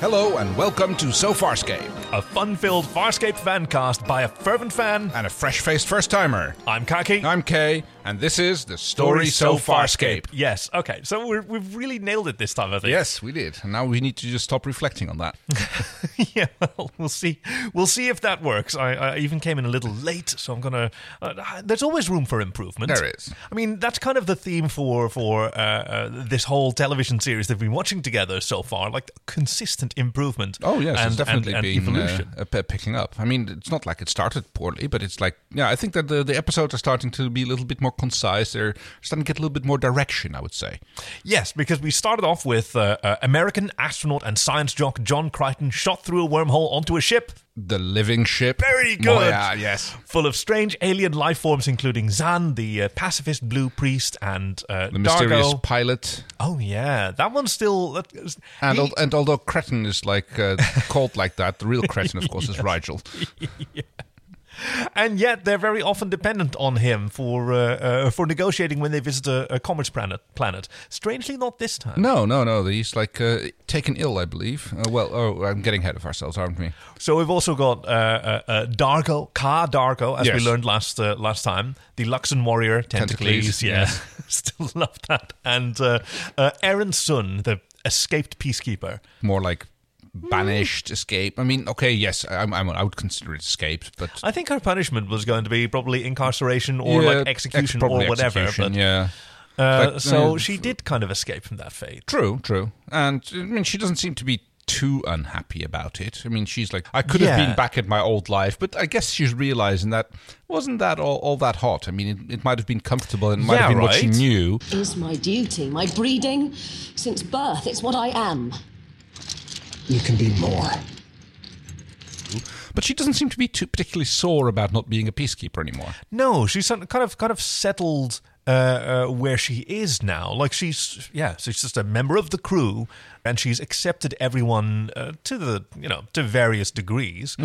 Hello and welcome to So Farscape. A fun filled Farscape fancast by a fervent fan. And a fresh faced first timer. I'm Kaki. I'm Kay, and this is the story So Farscape. Yes, okay. So we're, we've really nailed it this time, I think. Yes, we did. And now we need to just stop reflecting on that. yeah, well, we'll see. We'll see if that works. I, I even came in a little late, so I'm gonna. Uh, there's always room for improvement. There is. I mean, that's kind of the theme for for uh, uh, this whole television series that we've been watching together so far, like consistent improvement. Oh, yes, and, it's definitely and, and been uh, evolution. uh, p- picking up. I mean, it's not like it started poorly, but it's like, yeah, I think that the, the episodes are starting to be a little bit more concise. They're starting to get a little bit more direction, I would say. Yes, because we started off with uh, uh, American astronaut and science jock John Crichton shot through a wormhole onto a ship The living ship. Very good. Oh, yeah, yes. full of strange alien life forms, including Zan, the uh, pacifist blue priest, and uh, The mysterious Dargo. pilot. Oh yeah, that one's still. That, is- And, he- al- and although Cretin is like uh, called like that, the real Cretin, of course, is Rigel. and yet they're very often dependent on him for uh, uh, for negotiating when they visit a, a commerce planet. Planet. Strangely, not this time. No, no, no. He's like uh, taken ill, I believe. Uh, well, oh, I'm getting ahead of ourselves, aren't we? So we've also got uh, uh, uh, Dargo, Car Dargo, as Yes. we learned last uh, last time, the Luxon warrior Tentacles. Tentacles, Yeah, still love that. And uh, uh, Aaron Sun, the escaped peacekeeper. More like banished, escape. I mean, okay, yes, I, I'm, I would consider it escape, but I think her punishment was going to be probably incarceration or Yeah, like ex- execution probably or whatever. execution, but, yeah. uh, Like, so uh, she did kind of escape from that fate. True, true. And I mean, she doesn't seem to be too unhappy about it. I mean, she's like, I could have Yeah. been back at my old life, but I guess she's realizing that wasn't that all, all that hot. I mean, it, it might have been comfortable and it might Yeah, have been what she right. knew. is my duty, my breeding. Since birth, it's what I am. You can be more. But she doesn't seem to be too particularly sore about not being a peacekeeper anymore. No, she's some- kind of kind of settled uh, uh, where she is now. Like she's yeah, so she's just a member of the crew, and she's accepted everyone uh, to the you know to various degrees.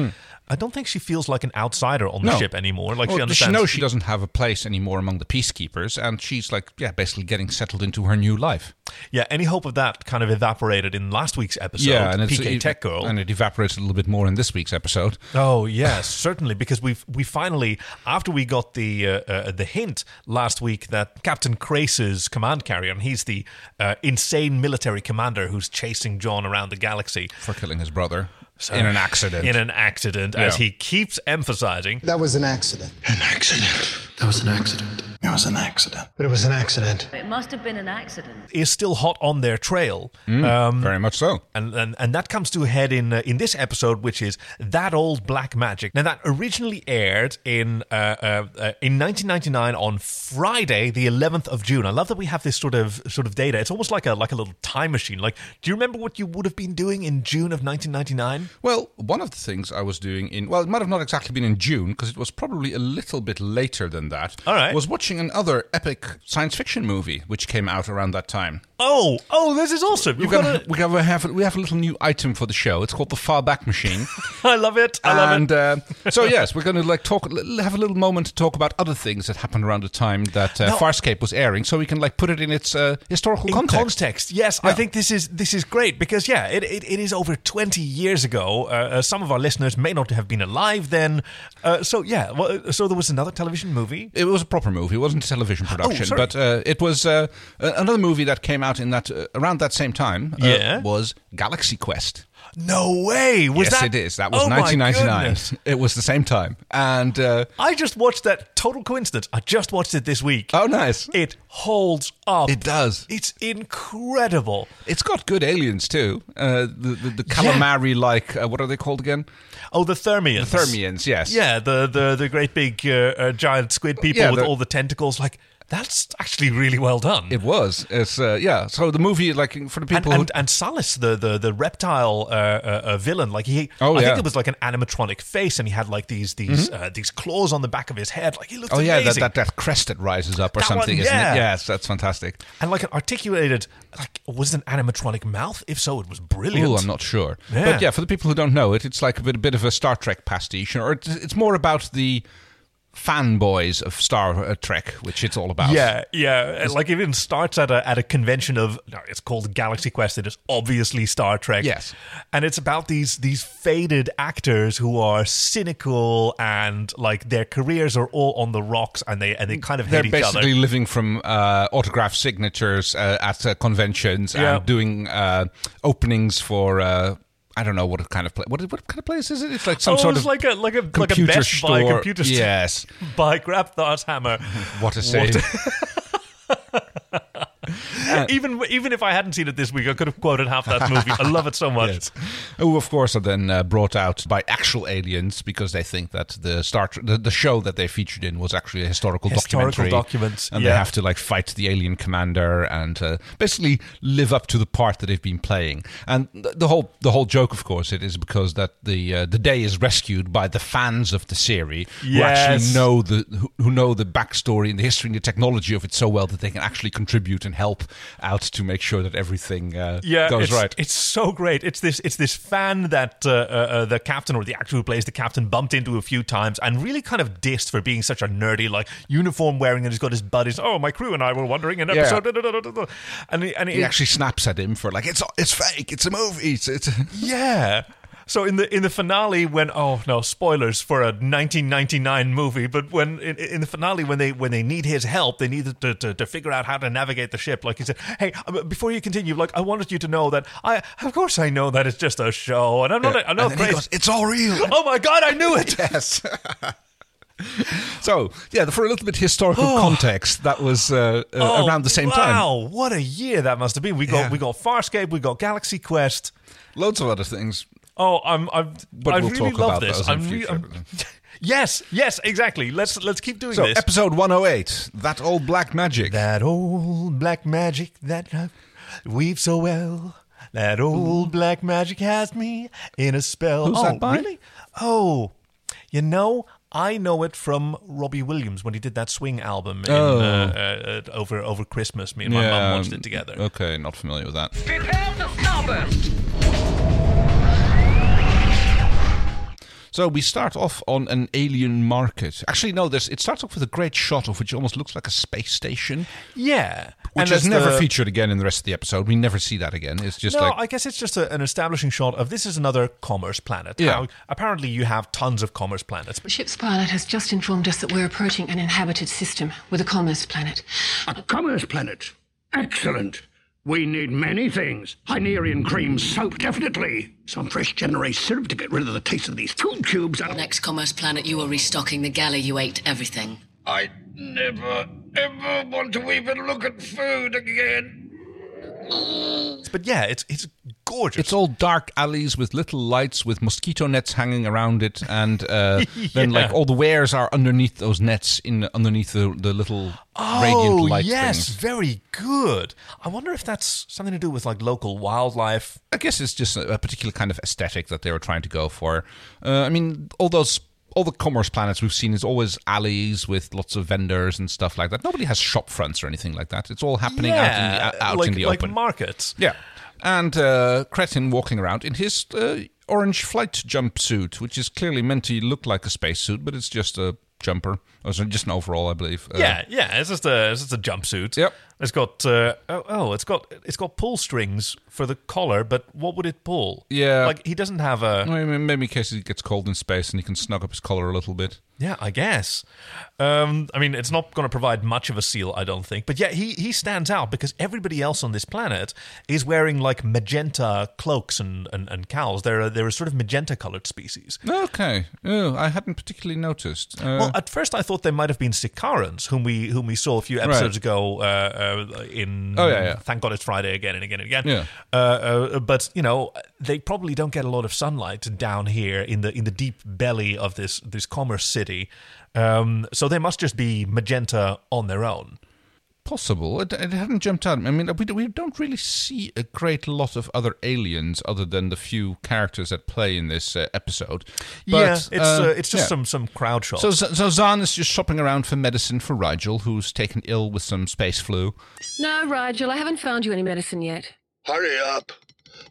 I don't think she feels like an outsider on Hmm. the No. ship anymore. Like she Well, understands. knows she doesn't have a place anymore among the peacekeepers, and she's like, yeah, basically getting settled into her new life. yeah, any hope of that kind of evaporated in last week's episode. PK it- Tech e- Girl. and it evaporates a little bit more in this week's episode. Oh yes, certainly. Because we we finally, after we got the uh, uh, the hint last week that Captain Crace's command carrier, and he's the uh, insane military commander who's chasing John around the galaxy For killing his brother in an accident. in an accident, as Yeah. he keeps emphasizing. That was an accident. An accident. That was an accident. It was an accident. But it was an accident. It must have been an accident. Is still hot on their trail, Very much so. and, and and that comes to a head in uh, in this episode, which is that old black magic. Now that originally aired in uh, uh, uh, in 1999 on Friday, the 11th of June. I love that we have this sort of sort of data. It's almost like a like a little time machine. Like, do you remember what you would have been doing in June of 1999? Well, one of the things I was doing in, well, it might have not exactly been in June, because it was probably a little bit later than that. All right. Was watching another epic science fiction movie, which came out around that time. Oh, oh, this is awesome! We've You've got, got a, we, have a, have a- we have a little new item for the show. It's called the Far Back Machine. I love it. I love and it. uh, so yes, we're going to like talk, l- have a little moment to talk about other things that happened around the time that uh, No. Farscape was airing, so we can like put it in its uh, historical In context. yes, I Yeah. think this is this is great because yeah, it, it, it is over twenty years ago. Uh, uh, some of our listeners may not have been alive then. Uh, so yeah, well, uh, so there was another television movie. It was a proper movie. It wasn't a television production, Oh, sorry. but uh, it was uh, a- another movie that came out in that uh, around that same time. Uh, Yeah. was Galaxy Quest. No way! Was yes, that? it is. That was Oh my 1999. goodness. It was the same time, and uh, I just watched that. Total coincidence. I just watched it this week. oh, nice! It holds up. It does. It's incredible. It's got good aliens too. Uh, the the, the calamari-like. Uh, what are they called again? Oh, the Thermians. Thermians. Yes. Yeah, the the the great big uh, uh, giant squid people Yeah, with the- all the tentacles. Like that's actually really well done. It was. It's uh, yeah. So the movie, like for the and, people who and, and Salus, the the the reptile uh, uh, uh, villain, like he, Oh, I yeah. Mm-hmm. think it was like an animatronic face, and he had like these these uh, these claws on the back of his head. Like he looked oh yeah, that, amazing, that that crest that rises up or That one, something, isn't yeah. it? Yes, that's fantastic. and like an articulated, like was it an animatronic mouth? If so, it was brilliant. Ooh, I'm not sure. Yeah. But yeah, for the people who don't know it, it's like a bit, a bit of a Star Trek pastiche, or it- it's more about the fanboys of Star uh, Trek, which it's all about. Yeah, yeah. Like it even starts at a at a convention of no, it's called Galaxy Quest. It is obviously Star Trek. Yes. and it's about these these faded actors who are cynical and like their careers are all on the rocks, and they and they kind of They're hate each basically other. living from uh, autograph signatures uh, at uh, conventions Yeah. and doing uh, openings for uh, I don't know what kind of pla- what, what kind of place is it? It's like some Oh, sort of it's like a like a like a computer Best store. Buy computer store Yes, by Grabthar's hammer. what a save! even even if I hadn't seen it this week, I could have quoted half that movie. I love it so much. Who, of course, are then uh, brought out by actual aliens because they think that the Star Trek, the, the show that they featured in was actually a historical, Historical documentary. documents, and yeah. they have to like fight the alien commander and uh, basically live up to the part that they've been playing. And th- the whole the whole joke, of course, it is because that the uh, the day is rescued by the fans of the series who Yes. actually know the who, who know the backstory and the history and the technology of it so well that they can actually contribute and help out to make sure that everything uh, yeah, goes it's, right. It's so great. It's this it's this fan that uh, uh, uh, the captain or the actor who plays the captain bumped into a few times and really kind of dissed for being such a nerdy, like uniform wearing, and he's got his buddies. Oh, my crew and I were wandering an Yeah. episode, da, da, da, da, da." and he- and he he actually snaps at him for like it's it's fake, it's a movie. It's, it's yeah. So in the in the finale, when oh no spoilers for a 1999 movie, but when in, in the finale when they when they need his help, they need to, to, to figure out how to navigate the ship. Like he said, hey, uh, before you continue, like I wanted you to know that I of course I know that it's just a show, and I'm not I'm and then not he crazy. goes, it's all real. oh my god, I knew it. yes. so yeah, for a little bit historical context, that was uh, uh, Oh, around the same time. Wow, what a year that must have been. We got Yeah. we got Farscape, we got Galaxy Quest. Loads of other things. Oh, I'm, I'm I we'll really talk love about this. those in I'm, re- future I'm- yes, yes, exactly. Let's let's keep doing So this. episode one hundred eight, that old black magic. That old black magic that uh, weaves so well. That old black magic has me in a spell. Who's oh, that by? really? Oh, you know, I know it from Robbie Williams when he did that swing album in, Oh. um, uh, uh, over over Christmas. Me and my mum watched it together. Okay, not familiar with that. Prepare for starburst. So we start off on an alien market. Actually, no, there's, it starts off with a great shot of which almost looks like a space station, Yeah, which And is that's never the- featured again in the rest of the episode. We never see that again. It's just No, like I guess it's just a, an establishing shot of this is another commerce planet. Yeah. How- apparently, you have tons of commerce planets. The ship's pilot has just informed us that we're approaching an inhabited system with a commerce planet. A commerce planet. Excellent. We need many things. Hynerian cream soap, definitely. Some fresh generate syrup to get rid of the taste of these food cubes. And Next commerce planet, you are restocking the galley you ate everything. I never, ever want to even look at food again. But yeah, it's it's gorgeous. It's all dark alleys with little lights with mosquito nets hanging around it, and uh, then like all the wares are underneath those nets in underneath the, the little radiant light Oh, yes, things. very good. I wonder if that's something to do with like local wildlife. I guess it's just a, a particular kind of aesthetic that they were trying to go for. Uh, I mean, all those all the commerce planets we've seen is always alleys with lots of vendors and stuff like that. Nobody has shop fronts or anything like that. It's all happening out in the, out like, in the like open. markets. Yeah. And uh, Cretin walking around in his uh, orange flight jumpsuit, which is clearly meant to look like a spacesuit, but it's just a jumper. Or so- just an overall, I believe. Uh, Yeah, yeah. It's just a it's just a jumpsuit. Yep. It's got uh, oh, oh it's got it's got pull strings for the collar, but what would it pull? Yeah. like he doesn't have a. I mean, Maybe in case he gets cold in space and he can snug up his collar a little bit. Yeah, I guess. Um, I mean, it's not going to provide much of a seal, I don't think. But yeah, he he stands out because everybody else on this planet is wearing like magenta cloaks and and, and cowls. They're a, they're a sort of magenta colored species. Okay. Oh, I hadn't particularly noticed. Uh, Well, at first I thought they might have been Sicarans, whom we whom we saw a few episodes Right. ago. Uh, uh, in Oh, yeah, yeah. thank God it's Friday again and again and again. Yeah. Uh, uh, but you know they probably don't get a lot of sunlight down here in the in the deep belly of this this commerce city. Um, so they must just be magenta on their own. possible. It, it hadn't jumped out. I mean, we, we don't really see a great lot of other aliens other than the few characters that play in this uh, episode. yeah, But, um, it's uh, it's just yeah. some some crowd shots. So, so Zahn is just shopping around for medicine for Rigel, who's taken ill with some space flu. No, Rigel, I haven't found you any medicine yet. Hurry up.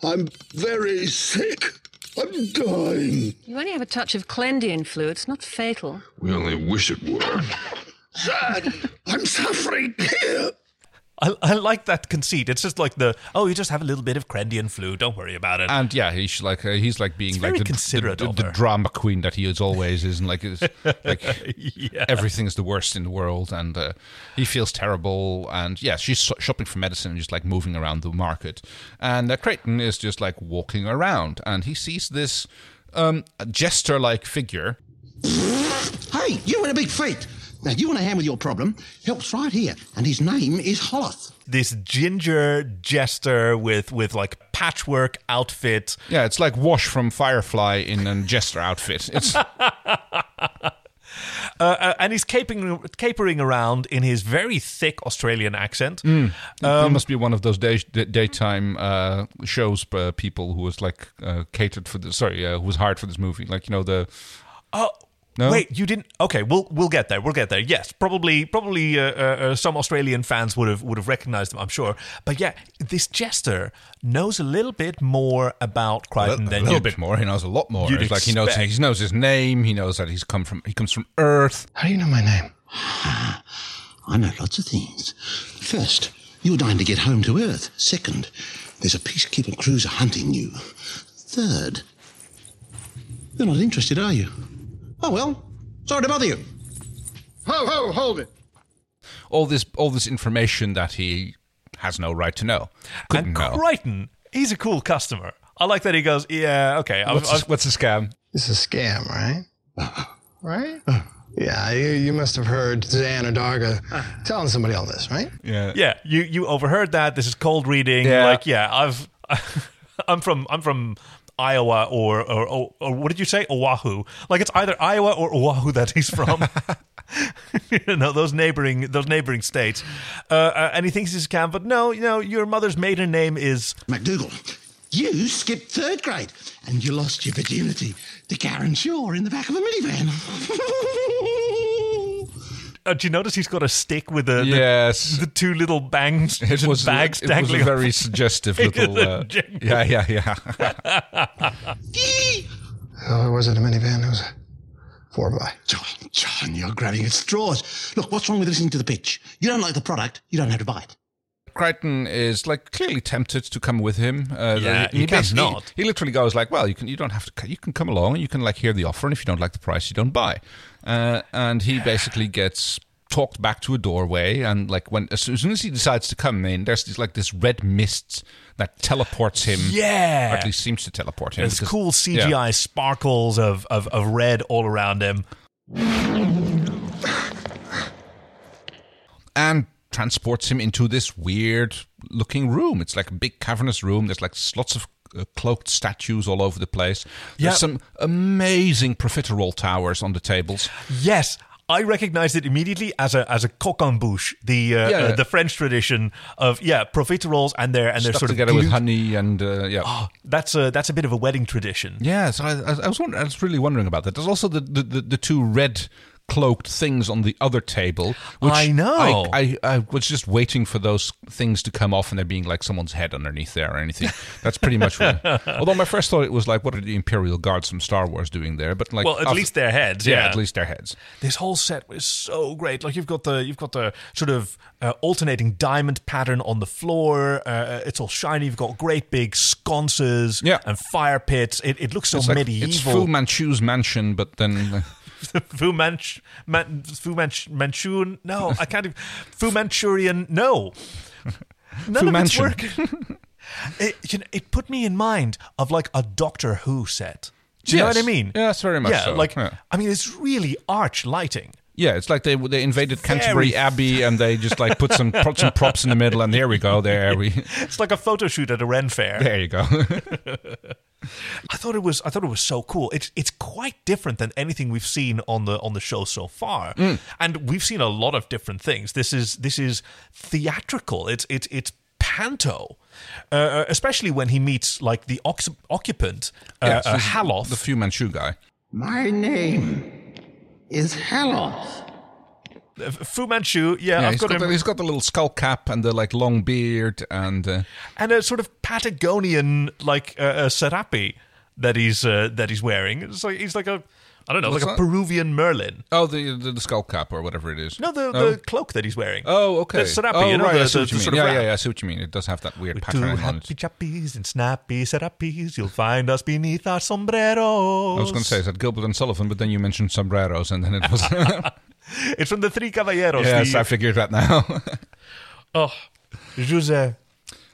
I'm very sick. I'm dying. You only have a touch of Clendian flu. It's not fatal. We only wish it were. Zed, I'm suffering here. I, I like that conceit. It's just like the oh, you just have a little bit of Crendian flu. Don't worry about it. And yeah, he's like uh, he's like being very like the, considerate the, of the, the her. drama queen that he is always is, and like is, like everything is the worst in the world, and uh, he feels terrible. And yeah, she's so- shopping for medicine and just like moving around the market, and uh, Creighton is just like walking around, and he sees this um, jester-like figure. Hey, you in a big fight. Now, you want a hand with your problem? Help's right here, and his name is Holoth. this ginger jester with with like patchwork outfit. Yeah, it's like Wash from Firefly in a jester outfit. It's Uh, uh, and he's caping, capering around in his very thick Australian accent. Mm, it must be one of those day, d- daytime uh, shows uh, people who was like uh, catered for the sorry uh, who was hired for this movie. Like you know the Oh, No? wait, you didn't? Okay, we'll we'll get there. We'll get there. Yes, probably probably uh, uh, uh, some Australian fans would have would have recognized him. I'm sure. But yeah, this jester knows a little bit more about Crichton than Uh, a little you'd- bit more. He knows a lot more. you'd It's like he knows expect. he knows his name. He knows that he's come from he comes from Earth. How do you know my name? I know lots of things. First, you're dying to get home to Earth. Second, there's a peacekeeping cruiser hunting you. Third, you're not interested, are you? Oh, well, sorry to bother you. Ho, ho, hold it. All this all this information that he has no right to know. Couldn't And know. Crichton, he's a cool customer. I like that he goes, yeah, okay. I've, What's, I've- the- what's the scam? This is a scam, right? right? Yeah, you, you must have heard Zan or Darga telling somebody all this, right? Yeah. yeah, you you overheard that. This is cold reading. Yeah. Like, yeah, I've I'm from I'm from Iowa or or, or or what did you say Oahu? Like it's either Iowa or Oahu that he's from. you know those neighboring those neighboring states, uh, uh, and he thinks he's a scam. But no, you know your mother's maiden name is MacDougall, you skipped third grade and you lost your virginity to Karen Shaw in the back of a minivan. Uh, do you notice he's got a stick with the, the- Yes. the, two little bangs It was, bags it was dangling? a very suggestive It is little. a Uh, jingle. yeah, yeah, yeah. Oh, it wasn't a minivan. It was a four by. John, John, you're grabbing at straws. Look, what's wrong with listening to the pitch? You don't like the product, you don't have to buy it. Crichton is like clearly tempted to come with him. Uh, Yeah, he bas- can't not. He, literally goes like, "Well, you can. You don't have to. c- You can come along, and you can like hear the offer. And if you don't like the price, you don't buy." Uh, and he basically gets talked back to a doorway. And like when as soon as he decides to come in, there's this, like this red mist that teleports him. Yeah. or at least seems to teleport him. There's because- cool CGI yeah. sparkles of, of, of red all around him. and transports him into this weird looking room. It's like a big cavernous room. There's like lots of uh, cloaked statues all over the place. There's Yeah. some amazing profiterole towers on the tables. Yes, I recognized it immediately as a as a coquembouche, the uh, Yeah. uh, the French tradition of yeah profiteroles and they're and they're stuck sort together of with glued- honey and uh, yeah. That's a that's a bit of a wedding tradition. Yeah, so I, I I was wondering, I was really wondering about that. There's also the the, the, the two red cloaked things on the other table. Which I know. I, I, I was just waiting for those things to come off and there being like someone's head underneath there or anything. That's pretty much. what Although my first thought it was like, what are the Imperial Guards from Star Wars doing there? But like, Well, at after- least their heads. yeah, Yeah, at least their heads. this whole set was so great. Like you've got the you've got the sort of uh, alternating diamond pattern on the floor. Uh, it's all shiny. You've got great big sconces Yeah. and fire pits. It, it looks so It's like- medieval. It's Fu Manchu's mansion, but then Fu Manch, Man, Fu Manch, Manchun. No, I can't. Even, Fu Manchurian. No, none Fu of Manchun. it's working. it, you know, it put me in mind of like a Doctor Who set. Do you know Yes. what I mean? Yes, very much Yeah, so. like Yeah. I mean, it's really arch lighting. yeah, it's like they they invaded Very- Canterbury Abbey and they just like put some put some props in the middle and there we go, there we It's like a photo shoot at a Ren fair. there you go. I thought it was I thought it was so cool. It's it's quite different than anything we've seen on the on the show so far. Mm. And we've seen a lot of different things. This is this is theatrical. It's it's it's panto. Uh, especially when he meets like the ox- occupant uh, Yeah, so uh, this is Haloth. the Fu Manchu guy. My name is Haloth. Uh, Fu Manchu, yeah, Yeah, I've he's got, got, the, him, he's got the little skull cap and the like long beard and uh, and a sort of Patagonian like uh, uh, serape that he's uh, that he's wearing. It's like he's like a I don't know, What's like that? a Peruvian Merlin. Oh, the, the the skull cap or whatever it is. No, the, Oh. the cloak that he's wearing. Oh, okay. The serape, oh, you know, right, the, I see what the- you the mean. sort of Yeah, wrap. yeah, yeah, I see what you mean. It does have that weird With two pattern on it. happy chappies and snappy serapis, you'll find us beneath our sombreros. I was going to say, is that Gilbert and Sullivan? But then you mentioned sombreros, and then it was. It's from the Three Caballeros. yes, the, I figured that now. oh, Jose.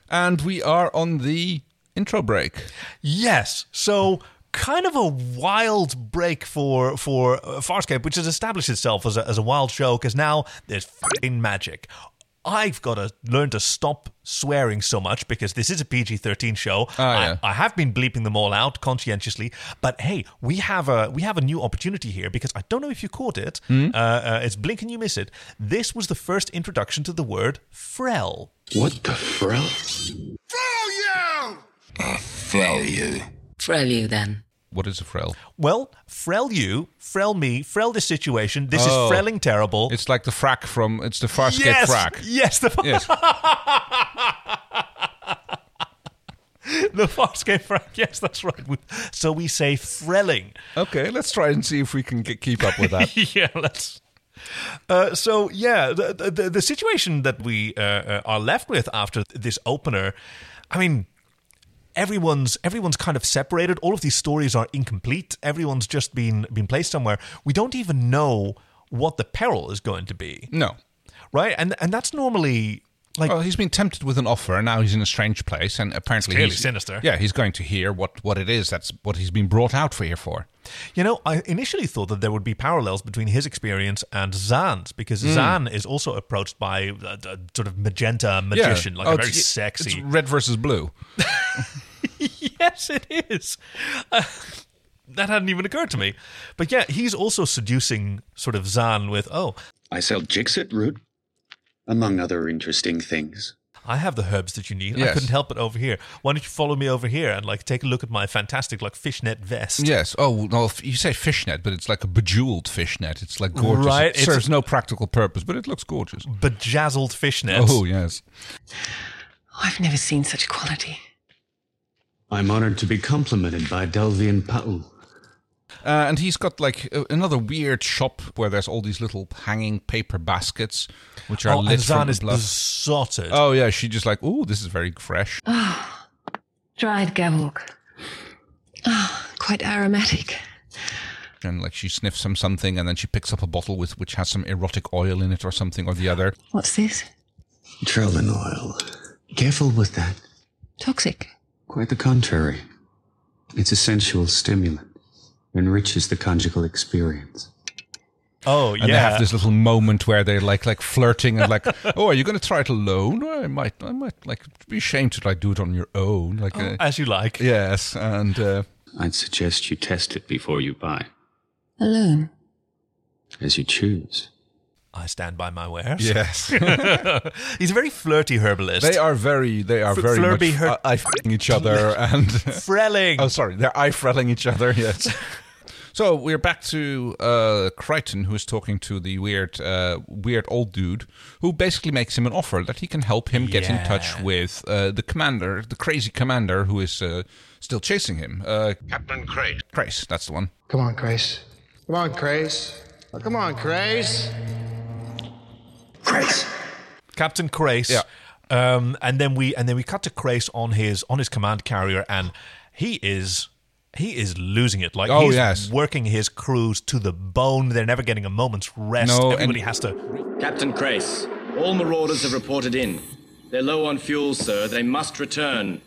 and we are on the intro break. Yes. So kind of a wild break for for uh, Farscape, which has established itself as a, as a wild show because now there's fucking magic. I've got to learn to stop swearing so much because this is a PG thirteen show. I, yeah. I have been bleeping them all out conscientiously, but hey, we have a we have a new opportunity here because I don't know if you caught it. Uh, uh, it's blink and you miss it. This was the first introduction to the word frel. What the frill? Frelude then. What is a frill? Well, frel you, frel me, frel this situation. This Oh. is frelling terrible. It's like the frack from. It's the Farscape yes, frack. yes, the Yes. the Farscape frack. Yes, that's right. We- So we say frelling. Okay, let's try and see if we can get, keep up with that. yeah, let's. Uh, so yeah, the, the- the the situation that we uh, uh, are left with after this opener, I mean, everyone's everyone's kind of separated. All of these stories are incomplete. Everyone's just been been placed somewhere. We don't even know what the peril is going to be, No. right? And and that's normally like Well, he's been tempted with an offer, and now he's in a strange place, and apparently clearly he's- sinister. Yeah, he's going to hear what, what it is. That's what he's been brought out for here for. You know, I initially thought that there would be parallels between his experience and Zan's because Hmm. Zan is also approached by a, a sort of magenta magician, like Oh, a very it's- It's sexy. red versus blue. yes, it is. Uh, that hadn't even occurred to me. But yeah, he's also seducing sort of Zan with, oh, I sell Jixit root, among other interesting things. I have the herbs that you need. I Yes. couldn't help it over here. Why don't you follow me over here and like take a look at my fantastic like fishnet vest? Yes. Oh, no, f- you say fishnet, but it's like a bejeweled fishnet. It's like gorgeous. Right, It it's- serves no practical purpose, but it looks gorgeous. Bejazzled fishnet. Oh, yes. I've never seen such quality. I'm honored to be complimented by Delvian Paul. Uh, and he's got like a, another weird shop where there's all these little hanging paper baskets, which are Oh, lit and Zan from is above. besotted. Oh yeah, she just like, oh, this is very fresh. Dried gavok. Ah, quite aromatic. And like she sniffs some something, and then she picks up a bottle with which has some erotic oil in it or something or the other. What's this? Trelvin oil. Careful with that. Toxic. Quite the contrary. It's a sensual stimulant. Enriches the conjugal experience. oh yeah. And they have this little moment where they're like like flirting and like, oh, are you going to try it alone? Or I might, I might like be ashamed to like do it on your own. Like, uh, as you like. yes, and uh, I'd suggest you test it before you buy, Alone. as you choose. I stand by my wares. yes, He's a very flirty herbalist. they are very, they are F- very Flurby much her- eye f***ing each other and. frelling. Oh, sorry, they're eye frelling each other. Yes. so we're back to uh, Crichton, who is talking to the weird, uh, weird old dude, who basically makes him an offer that he can help him get in touch Yeah. with uh, the commander, the crazy commander who is uh, still chasing him. Uh, Captain Crate. Crace, that's the one. Come on, Grace. Come on, Grace. Oh, Come on, Grace. Captain Crace. Yeah. Um, and then we and then we cut to Crace on his on his command carrier, and he is he is losing it. Like Oh, he's yes. working his crews to the bone. They're never getting a moment's rest. No, and- Everybody has to. Captain Crace, all marauders have reported in. They're low on fuel, sir. They must return.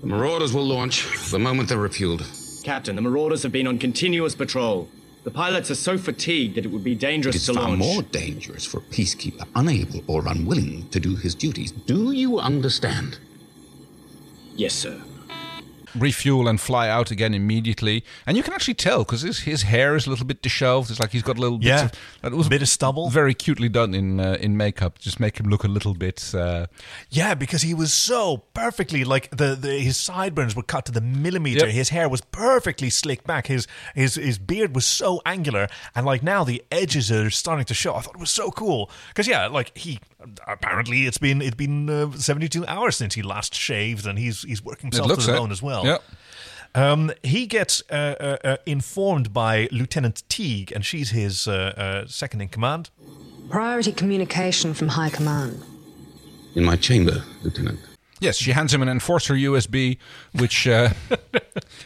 The Marauders will launch the moment they're refueled. Captain, the marauders have been on continuous patrol. The pilots are so fatigued that it would be dangerous It's to far launch. more dangerous for a peacekeeper unable or unwilling to do his duties. Do you understand? Yes, sir. Refuel and fly out again immediately, and you can actually tell because his, his hair is a little bit disheveled. It's like he's got little bits Yeah. of, that was Bit of stubble. very cutely done in uh, in makeup. Just make him look a little bit. Uh, Yeah, because he was so perfectly like the, the his sideburns were cut to the millimeter. Yep. His hair was perfectly slicked back. His his his beard was so angular, and like now the edges are starting to show. I thought it was so cool because yeah, like he apparently it's been it's been uh, seventy two hours since he last shaved, and he's he's working it himself looks to the it. bone as well. Yep. Um, he gets uh, uh, uh, informed by Lieutenant Teague, and she's his uh, uh, second in command. Priority communication from High Command. In my chamber, Lieutenant. Yes, she hands him an enforcer USB, which uh,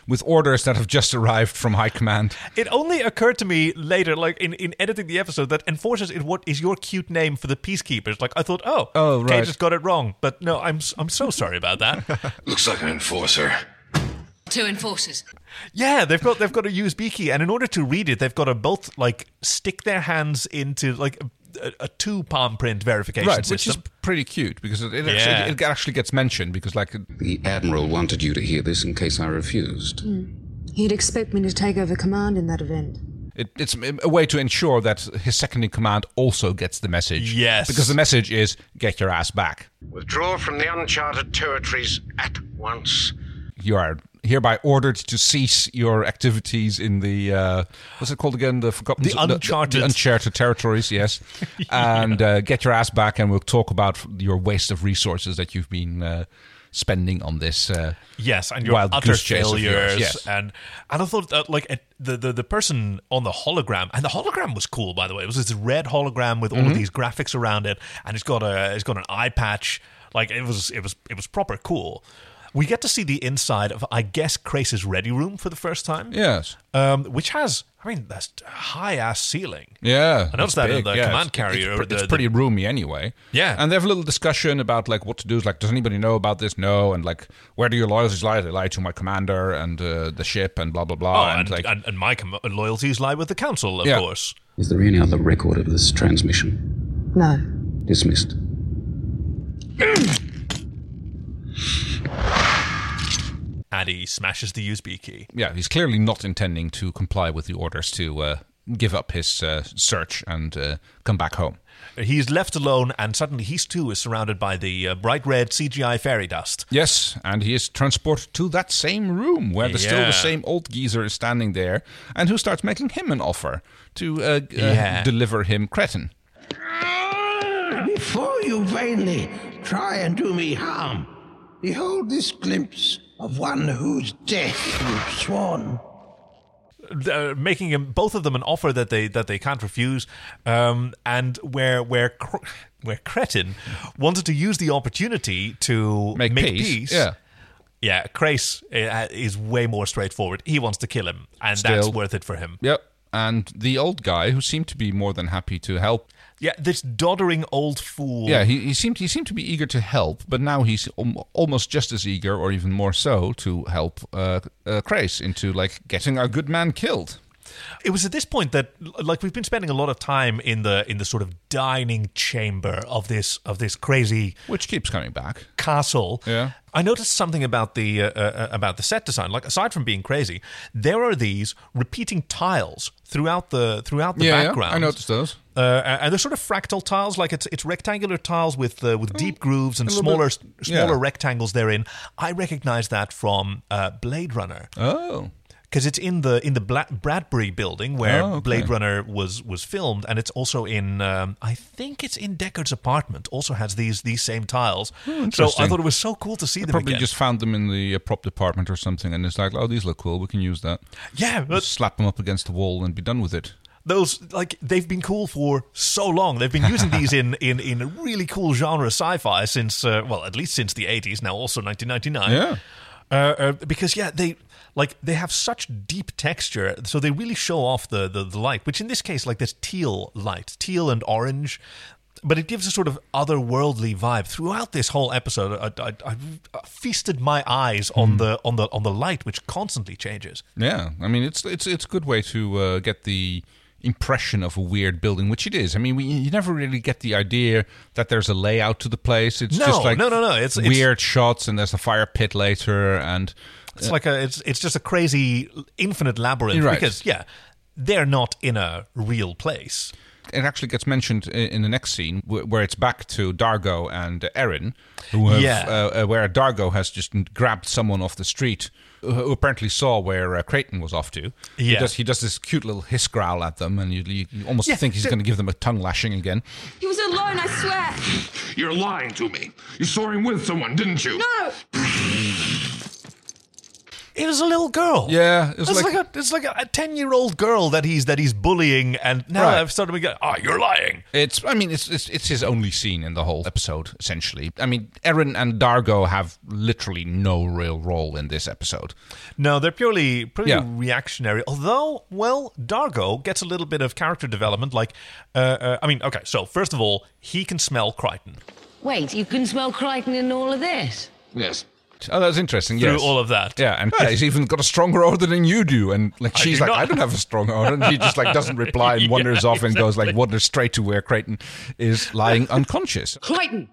with orders that have just arrived from high command. It only occurred to me later, like in, in editing the episode, that enforcers is what is your cute name for the peacekeepers. Like I thought, oh, Oh, Kay right. just got it wrong. But no, I'm s- I'm so sorry about that. Looks like an enforcer. Two enforcers. yeah, they've got they've got a USB key, and in order to read it, they've got to both like stick their hands into like a, a two palm print verification Right, which is system. pretty cute because it, it, Yeah. actually, it actually gets mentioned because like the admiral wanted you to hear this in case I refused. Hmm. He'd expect me to take over command in that event. It, it's a way to ensure that his second in command also gets the message. Yes. Because the message is get your ass back. Withdraw from the uncharted territories at once. You are hereby ordered to cease your activities in the uh, what's it called again? The forgotten The the- uncharted- the uncharted territories. Yes, and uh, get your ass back, and we'll talk about your waste of resources that you've been uh, spending on this. Uh, Yes, and your wild utter goose chase of yours, failures, Uh, yes. and and I thought that like it- the, the the person on the hologram, and the hologram was cool by the way. It was this red hologram with all of Mhm. these graphics around it, and it's got a it's got an eye patch. Like it was it was it was proper cool. We get to see the inside of I guess Crace's ready room for the first time. Yes, um, which has I mean that's a high ass ceiling. Yeah, I noticed that's that in big, the yeah. command It's- it's carrier. pre- the- it's the- pretty roomy anyway. Yeah. and they have a little discussion about like what to do. It's like, does anybody know about this? No, and like, where do your loyalties lie? They lie to my commander and uh, the ship, and blah blah oh, blah. and, like, and, and my com- loyalties lie with the council, of Yeah. course. Is there any other record of this transmission? No. Dismissed. Addy smashes the USB key. yeah, he's clearly not intending to comply with the orders to uh, give up his uh, search and uh, come back home. He's left alone, and suddenly he too is surrounded by the uh, bright red CGI fairy dust. Yes, and he is transported to that same room where the, still Yeah. the same old geezer is standing there, and who starts making him an offer to uh, g- uh, Yeah. deliver him cretin. Before you vainly try and do me harm, behold this glimpse of one whose death you've sworn. Uh, making him both of them an offer that they that they can't refuse, um, and where where Cr- where Cretin wanted to use the opportunity to make, peace, yeah. yeah. Crace uh, is way more straightforward. He wants to kill him, and that's Still. worth it for him. Yep. And the old guy who seemed to be more than happy to help. Yeah, this doddering old fool. Yeah, he, he seemed he seemed to be eager to help, but now he's al- almost just as eager, or even more so, to help uh, uh, Crace into like getting our good man killed. It was at this point that, l- like, we've been spending a lot of time in the in the sort of dining chamber of this of this crazy, which keeps coming back castle. Yeah. I noticed something about the uh, uh, about the set design. Like, aside from being crazy, there are these repeating tiles throughout the throughout the Yeah, yeah, background. I noticed those. Uh, and they're sort of fractal tiles, like it's it's rectangular tiles with uh, with deep grooves and Oh, a little smaller bit- yeah. smaller rectangles therein. I recognize that from uh, Blade Runner. Oh. Because it's in the in the Bla- Bradbury building where Oh, okay. Blade Runner was was filmed, and it's also in um, I think it's in Deckard's apartment. Also has these these same tiles. so I Oh, interesting. thought it was so cool to see I them probably again. just found them in the uh, prop department or something, and it's like, oh, these look cool. We can use that. Yeah, Just but- slap them up against the wall and be done with it. Those like they've been cool for so long. They've been using these in in in a really cool genre sci-fi since uh, well at least since the eighties. Now also nineteen ninety nine. Yeah. Uh, uh, because yeah, they like they have such deep texture, so they really show off the, the the light. Which in this case, like there's teal light, teal and orange, but it gives a sort of otherworldly vibe throughout this whole episode. I, I, I feasted my eyes Hmm. on the on the on the light, which constantly changes. Yeah, I mean it's it's it's a good way to uh, get the impression of a weird building, which it is. I mean, we, you never really get the idea that there's a layout to the place. It's No, just like no, no, no, it's- it's- weird shots, and there's a fire pit later, and It's like a it's it's just a crazy infinite labyrinth. You're right. Because yeah, they're not in a real place. it actually gets mentioned i- in the next scene wh- where it's back to Dargo and Erin, who have, Yeah. uh, uh, where Dargo has just grabbed someone off the street who who apparently saw where uh, Creighton was off to. He Yeah. does, he does this cute little hiss growl at them, and you, you you almost Yeah, think he's so- going to give them a tongue lashing again. He was alone, I swear. You're lying to me. You saw him with someone, didn't you? No! It was a little girl. Yeah, it was it's like- like, a it's like a ten year old girl that he's that he's bullying, and now Right. I've suddenly got oh you're lying. It's, I mean, it's, it's it's his only scene in the whole episode, essentially. I mean, Eren and Dargo have literally no real role in this episode. No, they're purely pretty Yeah. reactionary. Although, well, Dargo gets a little bit of character development. Like, uh, uh, I mean, okay, so first of all, he can smell Crichton Wait, you can smell Crichton in all of this? Yes. Oh, that's interesting. through yes. all of that. Yeah, and he's even got a stronger order than you do. And like I she's do like, not. I don't have a strong order. And she just like doesn't reply and Yeah, wanders off and goes like wanders straight to where Creighton is lying unconscious. Crichton,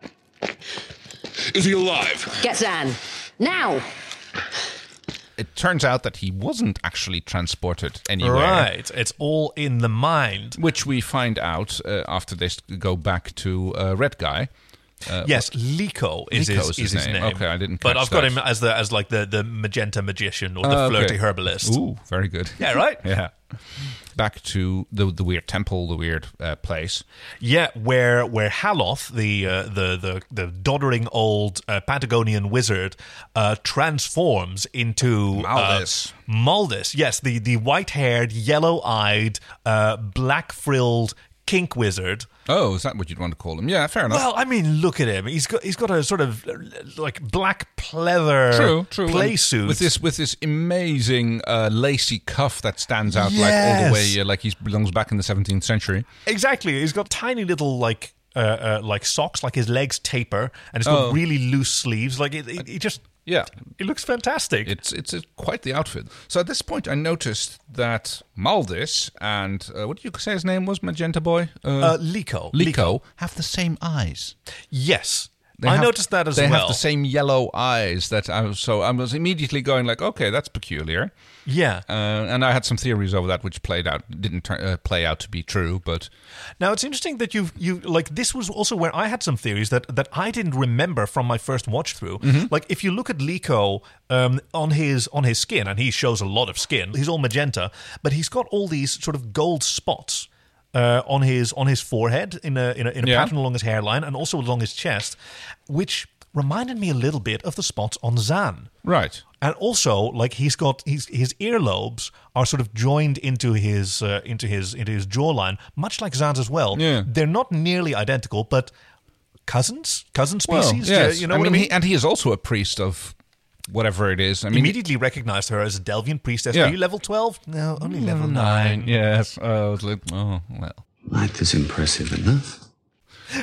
Is he alive? get Zan. Now! It turns out that he wasn't actually transported anywhere. Right, it's all in the mind, which we find out uh, after they s- go back to uh, Red Guy. Uh, yes, Liko is, Liko is his, is his his name. name. Okay, I didn't But catch I've got that. him as the as like the, the magenta magician or the Ah, okay. flirty herbalist. Ooh, very good. Yeah, right? yeah. Back to the the weird temple, the weird uh, place. Yeah, where where Haloth, the uh, the the the doddering old uh, Patagonian wizard, uh, transforms into Maldus. Uh, Maldus, yes, the the white haired, yellow eyed, uh, black frilled kink wizard. Oh, is that what you'd want to call him? Yeah, fair enough. Well, I mean, look at him. He's got he's got a sort of uh, like black pleather True, true. uh, play And suit with this with this amazing uh, lacy cuff that stands out like all the Yes. way uh, like he belongs back in the 17th century. Exactly. He's got tiny little like uh, uh, like socks, like his legs taper, and it's Oh. got really loose sleeves. Like it, it, it just Yeah, it looks fantastic. it's it's a, quite the outfit. So at this point, I noticed that Maldus and uh, what did you say his name was? Magenta Boy, Uh, Liko. Liko, have the same eyes. Yes, They I have- noticed that as they well. have the same yellow eyes that I was, so I was immediately going like, okay, that's peculiar. Yeah. Uh, and I had some theories over that, which played out didn't turn, uh, play out to be true, but Now it's interesting that you've you like this was also where I had some theories that that I didn't remember from my first watch through. Mm-hmm. Like if you look at Liko um, on his on his skin, and he shows a lot of skin. He's all magenta, but he's got all these sort of gold spots. Uh, on his on his forehead in a in a, in a Yeah. pattern along his hairline and also along his chest, which reminded me a little bit of the spots on Zan. right. and also like he's got his his earlobes are sort of joined into his uh, into his into his jawline, much like Zan's as well. Yeah. they're not nearly identical, but cousins, cousin species. Well, yes. uh, you, you know I what mean, I mean? He, and he is also a priest of whatever it is. I mean, Immediately recognized her as a Delvian priestess. Yeah. Mm, Are you level twelve? No, only level nine. Yes. Uh, I was like, oh well. Life is impressive enough.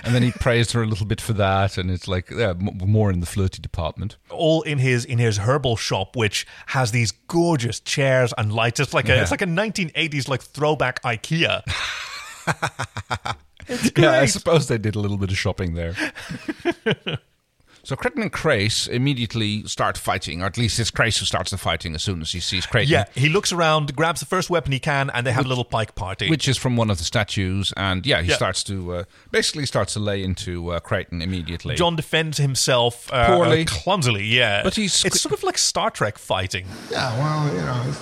And then he praised her a little bit for that, and it's like yeah, m- more in the flirty department. All in his in his herbal shop, which has these gorgeous chairs and lights. It's like a Yeah. it's like a nineteen eighties like throwback IKEA. Yeah, I great. suppose they did a little bit of shopping there. So Creighton and Crace immediately start fighting, or at least it's Crace who starts the fighting as soon as he sees Creighton. yeah, he looks around, grabs the first weapon he can, and they have a little pike party. Which is from one of the statues, and yeah, he Yeah. starts to uh, basically starts to lay into uh, Creighton immediately. John defends himself uh, Poorly. uh, clumsily. Yeah, But he's- it's sort of like Star Trek fighting. Yeah, well, you know,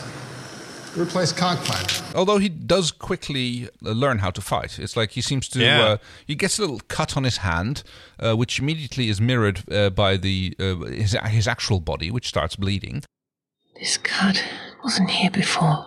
replace cockfighting. Although he does quickly uh, learn how to fight, it's like he seems to. Yeah. Uh, he gets a little cut on his hand, uh, which immediately is mirrored uh, by the uh, his his actual body, which starts bleeding. This cut wasn't here before.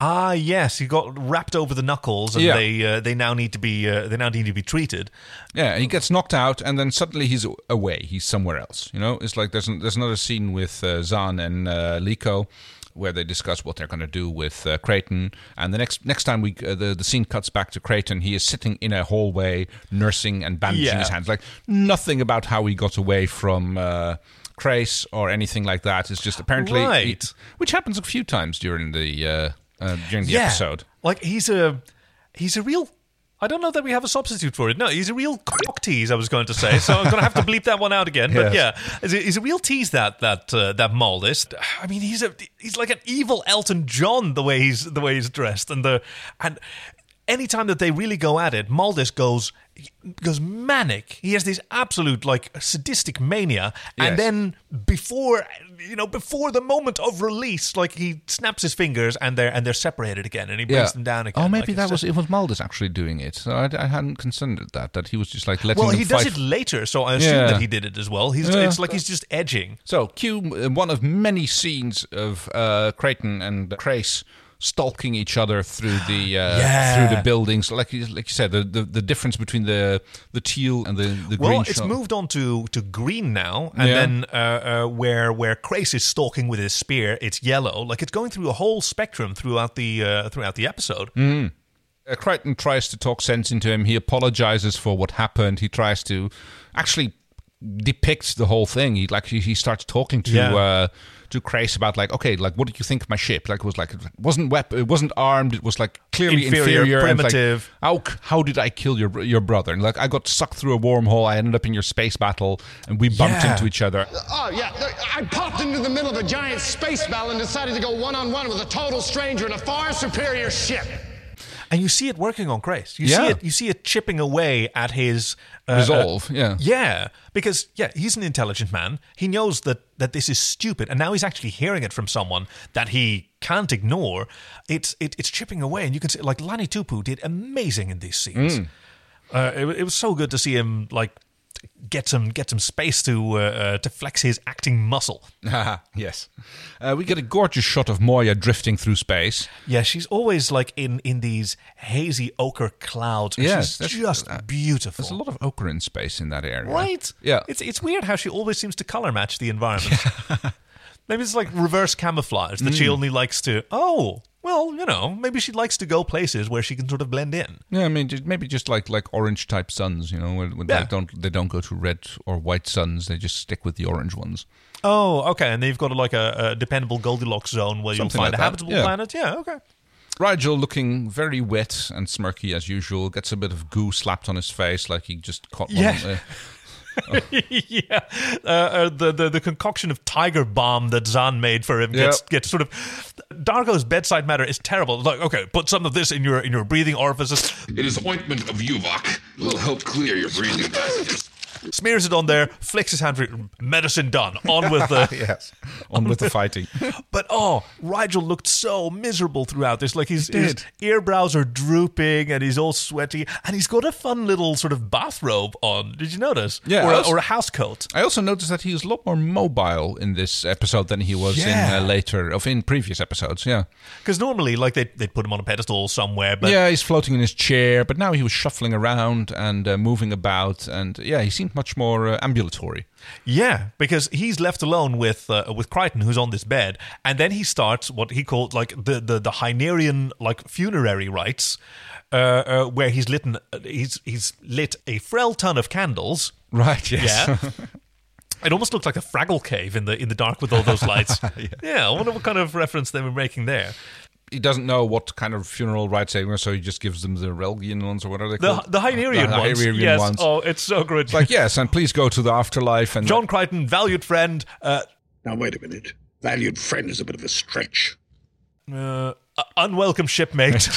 Ah, yes, he got wrapped over the knuckles, and Yeah. they uh, they now need to be uh, they now need to be treated. Yeah, he gets knocked out, and then suddenly he's a- away. He's somewhere else. You know, it's like there's an, there's another scene with uh, Zahn and uh, Liko where they discuss what they're going to do with uh, Creighton. And the next next time we uh, the the scene cuts back to Creighton, he is sitting in a hallway, nursing and bandaging Yeah. his hands. Like nothing about how he got away from. Uh, Crace or anything like that. It's just apparently, Right. which happens a few times during the uh, uh, during the yeah, episode. like he's a he's a real. I don't know that we have a substitute for it. No, he's a real cock tease. I was going to say, so I'm going to have to bleep that one out again. But Yes. yeah, he's a, he's a real tease. That that uh, that Maldus. I mean, he's a he's like an evil Elton John the way he's the way he's dressed and the and anytime that they really go at it, Maldus goes goes manic. He has this absolute like sadistic mania, and Yes. then before you know before the moment of release, like he snaps his fingers and they're and they're separated again, and he brings them down again. Oh, Like, maybe it's that was just- it. Was Mulder's actually doing it? So I, I hadn't considered that. That he was just like letting. well, them he does fight- it later, so I assume Yeah. that he did it as well. He's Yeah. it's like he's just edging. So, cue uh, one of many scenes of uh, Creighton and Crace stalking each other through the uh, Yeah. through the buildings. Like you, like you said, the, the, the difference between the the teal and the, the well, green. it's shot. moved on to, to green now, and Yeah. then uh, uh, where where Krace is stalking with his spear, it's yellow. Like it's going through a whole spectrum throughout the uh, throughout the episode. Mm. Uh, Crichton tries to talk sense into him. He apologizes for what happened. He tries to actually depict the whole thing. He like he, he starts talking to Yeah. uh, to Crace about like, okay, like what did you think of my ship? Like it was like it wasn't wep- it wasn't armed. It was like clearly Inferior, inferior, and it's like, primitive. how how did I kill your your brother? And like I got sucked through a wormhole. I ended up in your space battle, and we bumped Yeah. into each other. Oh, yeah. I popped into the middle of a giant space battle and decided to go one on one with a total stranger in a far superior ship. And you see it working on Krace. You see Yeah. it. You see it chipping away at his uh, Resolve, uh, yeah. yeah. Because yeah, he's an intelligent man. He knows that that this is stupid, and now he's actually hearing it from someone that he can't ignore. It's it, it's chipping away, and you can see like Lani Tupu did amazing in these scenes. Mm. Uh, it, wa- it was so good to see him like get some get some space to uh, uh, to flex his acting muscle. Haha, yes, uh, we get a gorgeous shot of Moya drifting through space. Yeah, she's always like in in these hazy ochre clouds. and Yes, she's that's- uh, just beautiful. There's a lot of ochre in space in that area. Right? Yeah. It's it's weird how she always seems to color match the environment. maybe it's like reverse camouflage that she Mm. only likes to. Oh, well, you know, maybe she likes to go places where she can sort of blend in. Yeah, I mean, ju- maybe just like like orange type suns, you know, when, when Yeah. they don't they don't go to red or white suns, they just stick with the orange ones. Oh, okay. And then you've got like a, a dependable Goldilocks zone where Something you'll find like a that, habitable yeah. planet. Yeah, okay. Rigel, looking very wet and smirky as usual, gets a bit of goo slapped on his face, like he just caught one. Yeah. uh, yeah, uh, uh, the, the the concoction of tiger balm that Zahn made for him gets Yep. gets sort of Dargo's bedside matter is terrible. It's like, okay, put some of this in your in your breathing orifices. It is ointment of Yuvok. It will help clear your breathing passages. smears it on there, flicks his hand through. Medicine done. On with the Yes. On with the fighting. But oh, Rigel looked so miserable throughout this. Like his, He his did. earbrows are drooping, and he's all sweaty, and he's got a fun little sort of bathrobe on. Did you notice? Yeah, or, I a- also- or a house coat. I also noticed that he was a lot more mobile in this episode than he was Yeah. in uh, later of in previous episodes. Yeah, Because normally, like they they put him on a pedestal somewhere, but yeah, he's floating in his chair, but now he was shuffling around and uh, moving about, and yeah, he seemed much more uh, ambulatory. Yeah, because he's left alone with uh, with Crichton, who's on this bed, and then he starts what he called like the the, the Hynerian like funerary rites, uh, uh, where he's lit an, he's he's lit a frail ton of candles. Right. Yes. Yeah. It almost looked like a Fraggle cave in the in the dark with all those lights. yeah. I wonder what kind of reference they were making there. he doesn't know what kind of funeral rites they were, so he just gives them the Relgian ones or what are they The called? the Hynerian The ones. Hynerian yes. ones. Oh, it's so good. It's like, yes, and please go to the afterlife. And John Crichton, valued friend. Uh, now wait a minute. Valued friend is a bit of a stretch. uh, unwelcome shipmate.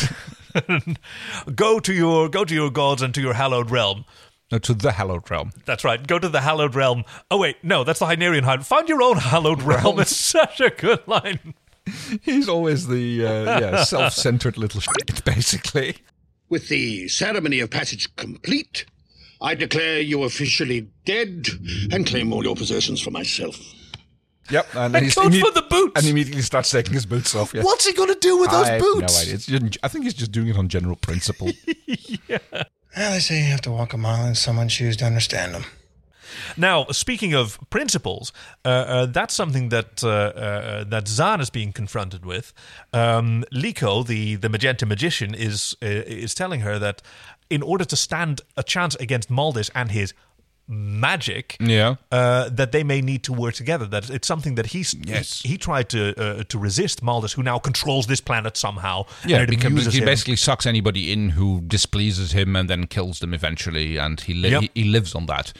go to your go to your gods and to your hallowed realm. no, to the hallowed realm. That's right. Go to the hallowed realm. Oh wait, no, that's the Hynerian high. Find your own hallowed realm. It's such a good line. He's always the uh, yeah self-centered little shit, basically. With the ceremony of passage complete, I declare you officially dead and claim all your possessions for myself. Yep, and, And he's goes for the boots, and immediately starts taking his boots off. Yes. What's he gonna do with those I have boots? No idea. It's just- I think he's just doing it on general principle. Well, they say you have to walk a mile in someone's shoes to understand them. Now, speaking of principles, uh, uh, that's something that uh, uh, that Zahn is being confronted with. Um, Liko, the the magenta magician, is uh, is telling her that in order to stand a chance against Maldus and his magic, Yeah. uh, that they may need to work together. That it's something that he's yes. he, he tried to uh, to resist Maldus, who now controls this planet somehow. Yeah, and it because amuses he him. basically sucks anybody in who displeases him and then kills them eventually, and he, li- Yep. he, he lives on that.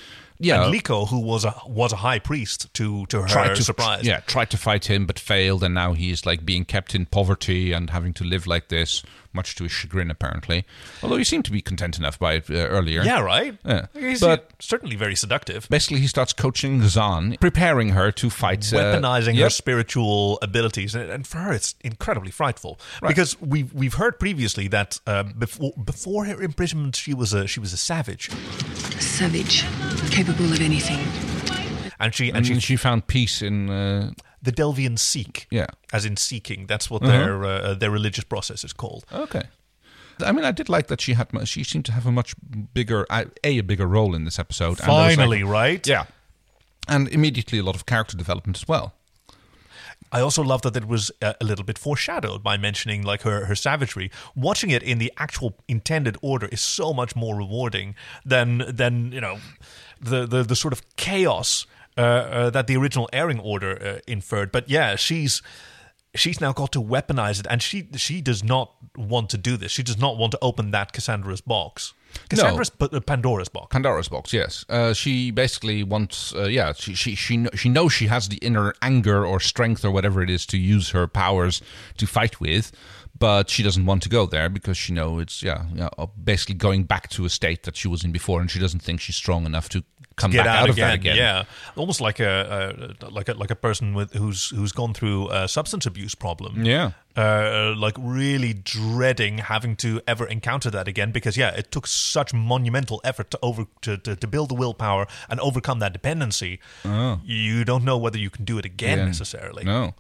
Yeah. And Liko, who was a was a high priest to to her tried to surprise. yeah tried to fight him but failed and now he's like being kept in poverty and having to live like this much to his chagrin apparently although he seemed to be content enough by it uh, earlier Yeah, right. yeah. He's but certainly very seductive. basically he starts coaching zan preparing her to fight uh, Weaponizing her yep. spiritual abilities, and- and for her, it's incredibly frightful Right. because we've we've heard previously that uh, before before her imprisonment, she was a she was a savage, Savage, capable of anything. and she and, and she, Mm, she found peace in uh, the Delvian seek, yeah as in seeking. That's what Uh-huh. their uh, their religious process is called. Okay. I mean, I did like that she had. mu- She seemed to have a much bigger, I- a a bigger role in this episode. And there was, like- Finally, right? Yeah, and immediately a lot of character development as well. I also love that it was uh, a little bit foreshadowed by mentioning like her her savagery. Watching it in the actual intended order is so much more rewarding than than you know the the, the sort of chaos uh, uh, that the original airing order uh, inferred. But yeah, she's. She's now got to weaponize it, and she she does not want to do this. She does not want to open that Cassandra's box, Cassandra's but uh, Pandora's box. Pandora's box, yes. Uh, she basically wants, uh, yeah, she she she, kn- she knows she has the inner anger or strength or whatever it is to use her powers to fight with, but she doesn't want to go there because she know it's yeah, yeah uh, basically going back to a state that she was in before, and she doesn't think she's strong enough to come get back out, out, of again. that again. Yeah, almost like a uh, like a like a person with who's who's gone through a substance abuse problem. Yeah. uh, like really dreading having to ever encounter that again because yeah, it took such monumental effort to over to to, to build the willpower and overcome that dependency. Oh. You don't know whether you can do it again Yeah. necessarily. No.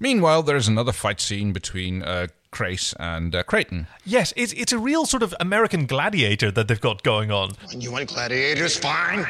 Meanwhile, there's another fight scene between uh, Crace and uh, Creighton. Yes, it's it's a real sort of American gladiator that they've got going on. You want gladiators? Fine.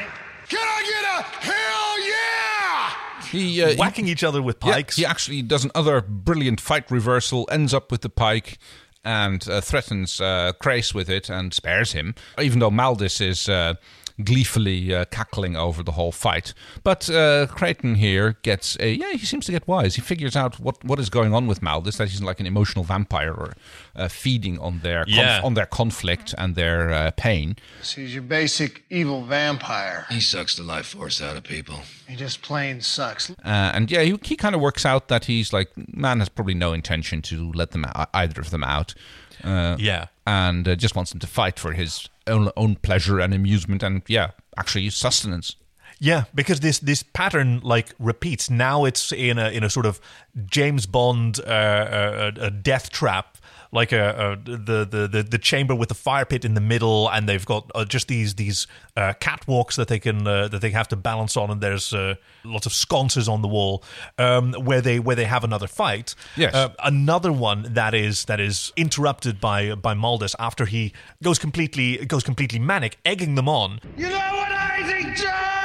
Can I get a hell yeah? He uh, Whacking each other with Yeah, pikes. he actually does another brilliant fight reversal, ends up with the pike, and uh, threatens uh, Krace with it and spares him, even though Maldis is uh, gleefully uh, cackling over the whole fight. But uh, Creighton here gets a. Yeah, he seems to get wise. He figures out what, what is going on with Maldis, that he's like an emotional vampire or uh, feeding on their, conf- Yeah. on their conflict and their uh, pain. So he's your basic evil vampire. He sucks the life force out of people. He just plain sucks. Uh, and yeah, he, he kind of works out that he's like, man has probably no intention to let them out, either of them out. Uh, Yeah. And uh, just wants them to fight for his own, own pleasure and amusement and, yeah, actually his sustenance. Yeah, because this this pattern like repeats. Now it's in a in a sort of James Bond uh, uh, a death trap, like a, a the, the the the chamber with the fire pit in the middle, and they've got uh, just these these uh, catwalks that they can uh, that they have to balance on, and there's uh, lots of sconces on the wall um, where they where they have another fight. Yes. Uh, another one that is that is interrupted by by Maldus after he goes completely goes completely manic, egging them on. You know what I think, John?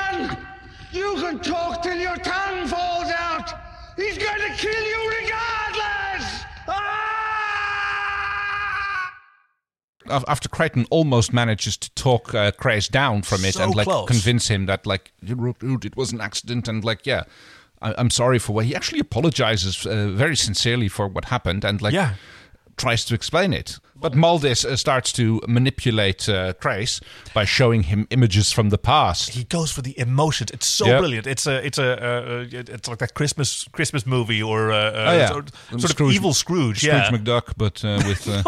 You can talk till your tongue falls out. He's going to kill you regardless. Af- After Crichton almost manages to talk uh, Craze down from it So and, like, close. convince him that, like, dude, dude, it was an accident and, like, yeah. I- I'm sorry for what he actually apologizes uh, very sincerely for what happened and like Yeah. tries to explain it. But Maldis uh, starts to manipulate uh, Crace by showing him images from the past. he goes for the emotions. It's so Yep. brilliant. It's a it's a uh, it's like that Christmas Christmas movie or uh, uh, Oh, yeah. sort, Um, sort of evil Scrooge. Scrooge yeah. Oh, McDuck, but uh, with uh,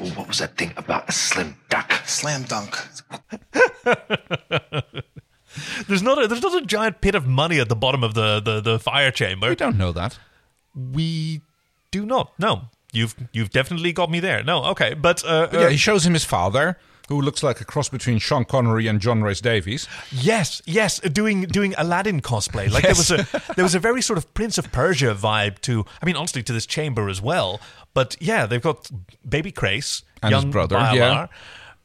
Well, what was that thing about a slim duck? Slam dunk. there's not a, there's not a giant pit of money at the bottom of the the, the fire chamber. We don't know that. We do not. No, you've you've definitely got me there. No, okay, but, uh, But uh, yeah, he shows him his father, who looks like a cross between Sean Connery and John Rhys Davies. Yes, yes, uh, doing doing Aladdin cosplay. Like Yes. there was a there was a very sort of Prince of Persia vibe to. I mean, honestly, to this chamber as well. But yeah, they've got baby Crace, And his young brother, Bailar. yeah.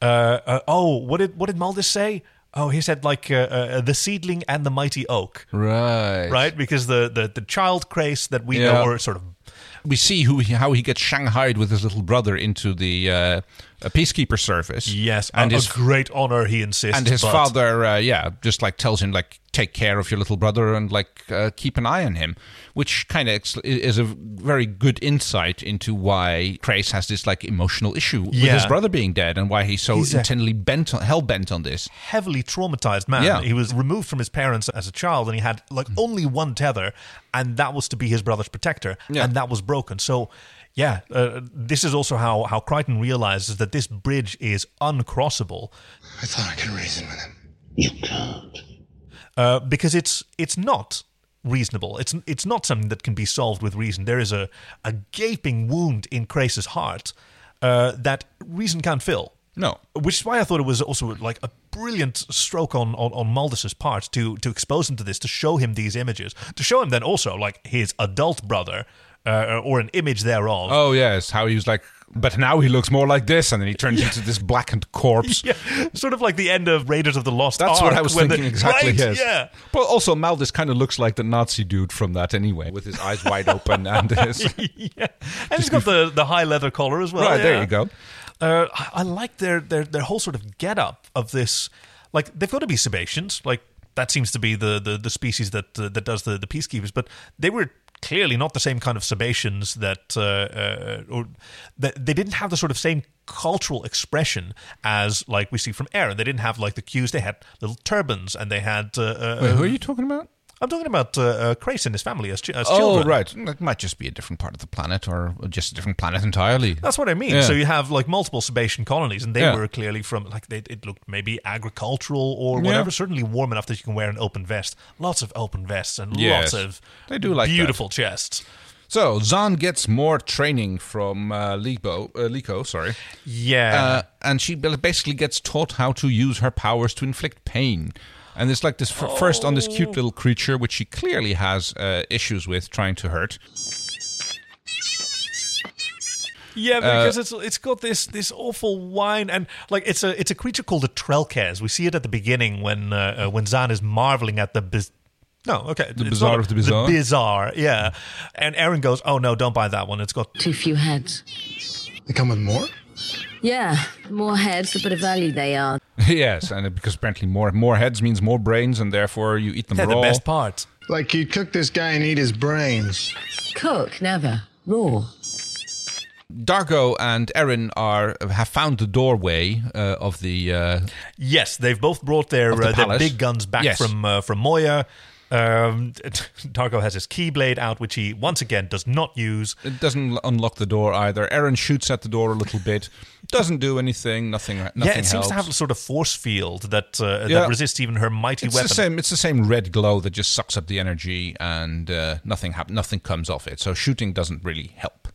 Uh, uh, oh, what did what did Maldus say? Oh, he said like uh, uh, the seedling and the mighty oak, Right. right? Because the the, the child Crace that we Yeah. know, or sort of We see who he, how he gets shanghaied with his little brother into the uh, a peacekeeper service. Yes, and a, his, a great honor, he insists. And his but- father, uh, yeah, just like tells him like take care of your little brother and like uh, keep an eye on him, which kind of ex- is a very good insight into why Trace has this like emotional issue with Yeah. his brother being dead and why he's so He's a- intently bent on, hell bent on this. heavily traumatized man. Yeah. He was removed from his parents as a child and he had like only one tether, and that was to be his brother's protector, and that was broken. So, yeah, uh, this is also how, how Crichton realizes that this bridge is uncrossable. I thought I could reason with him. You can't. Uh, because it's it's not reasonable. It's it's not something that can be solved with reason. There is a, a gaping wound in Crace's heart uh, that reason can't fill. No, which is why I thought it was also like a brilliant stroke on on, on Maldus's part to to expose him to this, to show him these images, to show him then also like his adult brother uh, or an image thereof. Oh yes, how he was like, but now he looks more like this, and then he turns into this blackened corpse. Yeah, sort of like the end of Raiders of the Lost That's Ark. what I was when thinking the- exactly. Right, yes. Yeah. But also, Maldus kind of looks like the Nazi dude from that anyway, with his eyes wide open and his. and he's got the, the high leather collar as well. Right, there yeah. you go. Uh, I, I like their, their their whole sort of get up of this. Like they've got to be Sebastians. Like that seems to be the the, the species that uh, that does the the peacekeepers. But they were clearly not the same kind of Sebastians that uh, uh, or that they didn't have the sort of same cultural expression as like we see from Aaron. They didn't have like the cues. They had little turbans and they had. Uh, uh, Wait, who are you talking about? I'm talking about uh, uh, Crace and his family as, chi- as Oh children. right, that might just be a different part of the planet, or just a different planet entirely. That's what I mean. Yeah. So you have like multiple Sebastian colonies, and they Yeah. were clearly from like they, it looked maybe agricultural or Yeah. whatever. Certainly warm enough that you can wear an open vest. Lots of open vests and Yes. lots of They do like that. beautiful chests. So Zahn gets more training from uh, Libo, uh, Liko, sorry. Yeah. Uh, and she ba- basically gets taught how to use her powers to inflict pain. And it's like this f- first on this Oh. cute little creature, which she clearly has uh, issues with trying to hurt. Yeah, Uh, because it's it's got this this awful whine and like it's a it's a creature called a Trelkes. We see it at the beginning when uh, uh, when Zahn is marveling at the biz- no okay the bizarre of the bizarre? the bizarre yeah, and Aaron goes oh no don't buy that one it's got too few heads. They come with more? Yeah, more heads, the bit of value they are. yes, and it- because apparently more more heads means more brains, and therefore you eat them raw. part. Like you'd cook this guy and eat his brains. Cook, never. Raw. Dargo and Erin are have found the doorway uh, of the. Uh, Yes, they've both brought their Of the uh, their palace. big guns back Yes. from uh, from Moya. Um, Darko has his keyblade out, which he once again does not use. it doesn't l- unlock the door either. Erin shoots at the door a little bit, doesn't do anything. Nothing. Nothing yeah, it seems to helps. have a sort of force field that uh, Yeah. that resists even her mighty It's weapon. the same. It's the same red glow that just sucks up the energy, and uh, nothing hap- nothing comes off it. So shooting doesn't really help.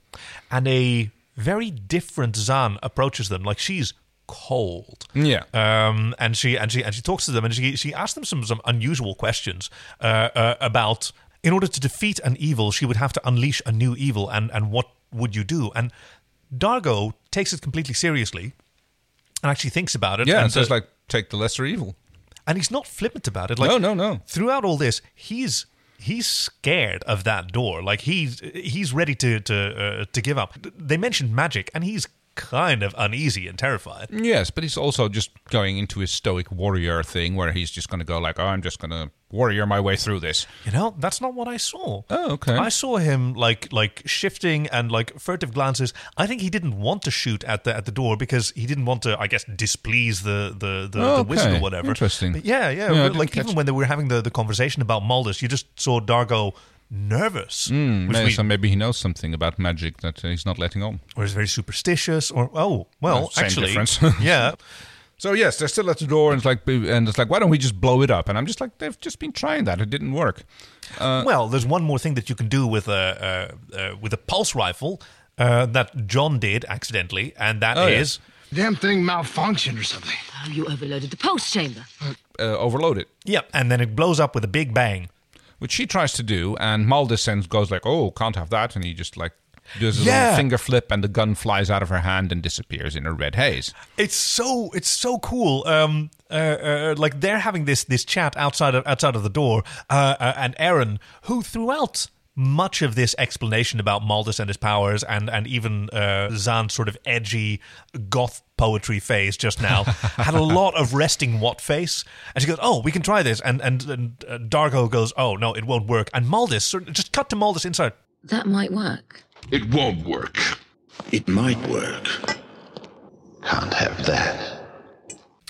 And a very different Zan approaches them. Like she's cold. Yeah. Um, and she and she and she talks to them and she she asks them some some unusual questions uh, uh, about in order to defeat an evil, she would have to unleash a new evil, and and what would you do? And Dargo takes it completely seriously, and actually thinks about it. Yeah, and and, says uh, like, take the lesser evil. and he's not flippant about it. Like No, no, no. Throughout all this, he's he's scared of that door. Like he's he's ready to to uh, to give up. They mentioned magic, and he's kind of uneasy and terrified. Yes, but he's also just going into his stoic warrior thing, where he's just going to go like, oh, I'm just going to warrior my way through this. You know, that's not what I saw. Oh, okay. I saw him like like shifting and like furtive glances. I think he didn't want to shoot at the at the door because he didn't want to, I guess, displease the the the, Oh, the wizard okay. or whatever. Interesting. But yeah, yeah. Yeah, I but, didn't like catch- even when they were having the the conversation about Maldus, you just saw Dargo nervous, Hmm, which maybe, we- so maybe he knows something about magic that uh, he's not letting on. or is very superstitious, or oh, well, Uh, same actually, difference. yeah. So yes, they're still at the door, and it's like, and it's like, why don't we just blow it up? And I'm just like, they've just been trying that; it didn't work. Uh, well, there's one more thing that you can do with a uh, uh, with a pulse rifle uh, that John did accidentally, and that is. Oh, yeah. Damn thing malfunctioned or something. Oh, you overloaded the pulse chamber. uh, overload it. Yeah, and then it blows up with a big bang. Which she tries to do, and Maldus sends goes like, "Oh, can't have that," and he just like does a Yeah. little finger flip, and the gun flies out of her hand and disappears in a red haze. It's so it's so cool. Um, uh, uh, like they're having this this chat outside of outside of the door, uh, uh, and Aaron, who throughout much of this explanation about Maldus and his powers, and and even uh, Zan's sort of edgy goth poetry phase just now, had a lot of resting what face. And she goes, "Oh, we can try this." And and, and uh, Dargo goes, "Oh no, it won't work." And Maldus sort of- just cut to Maldus inside. That might work. It won't work. It might work. Can't have that.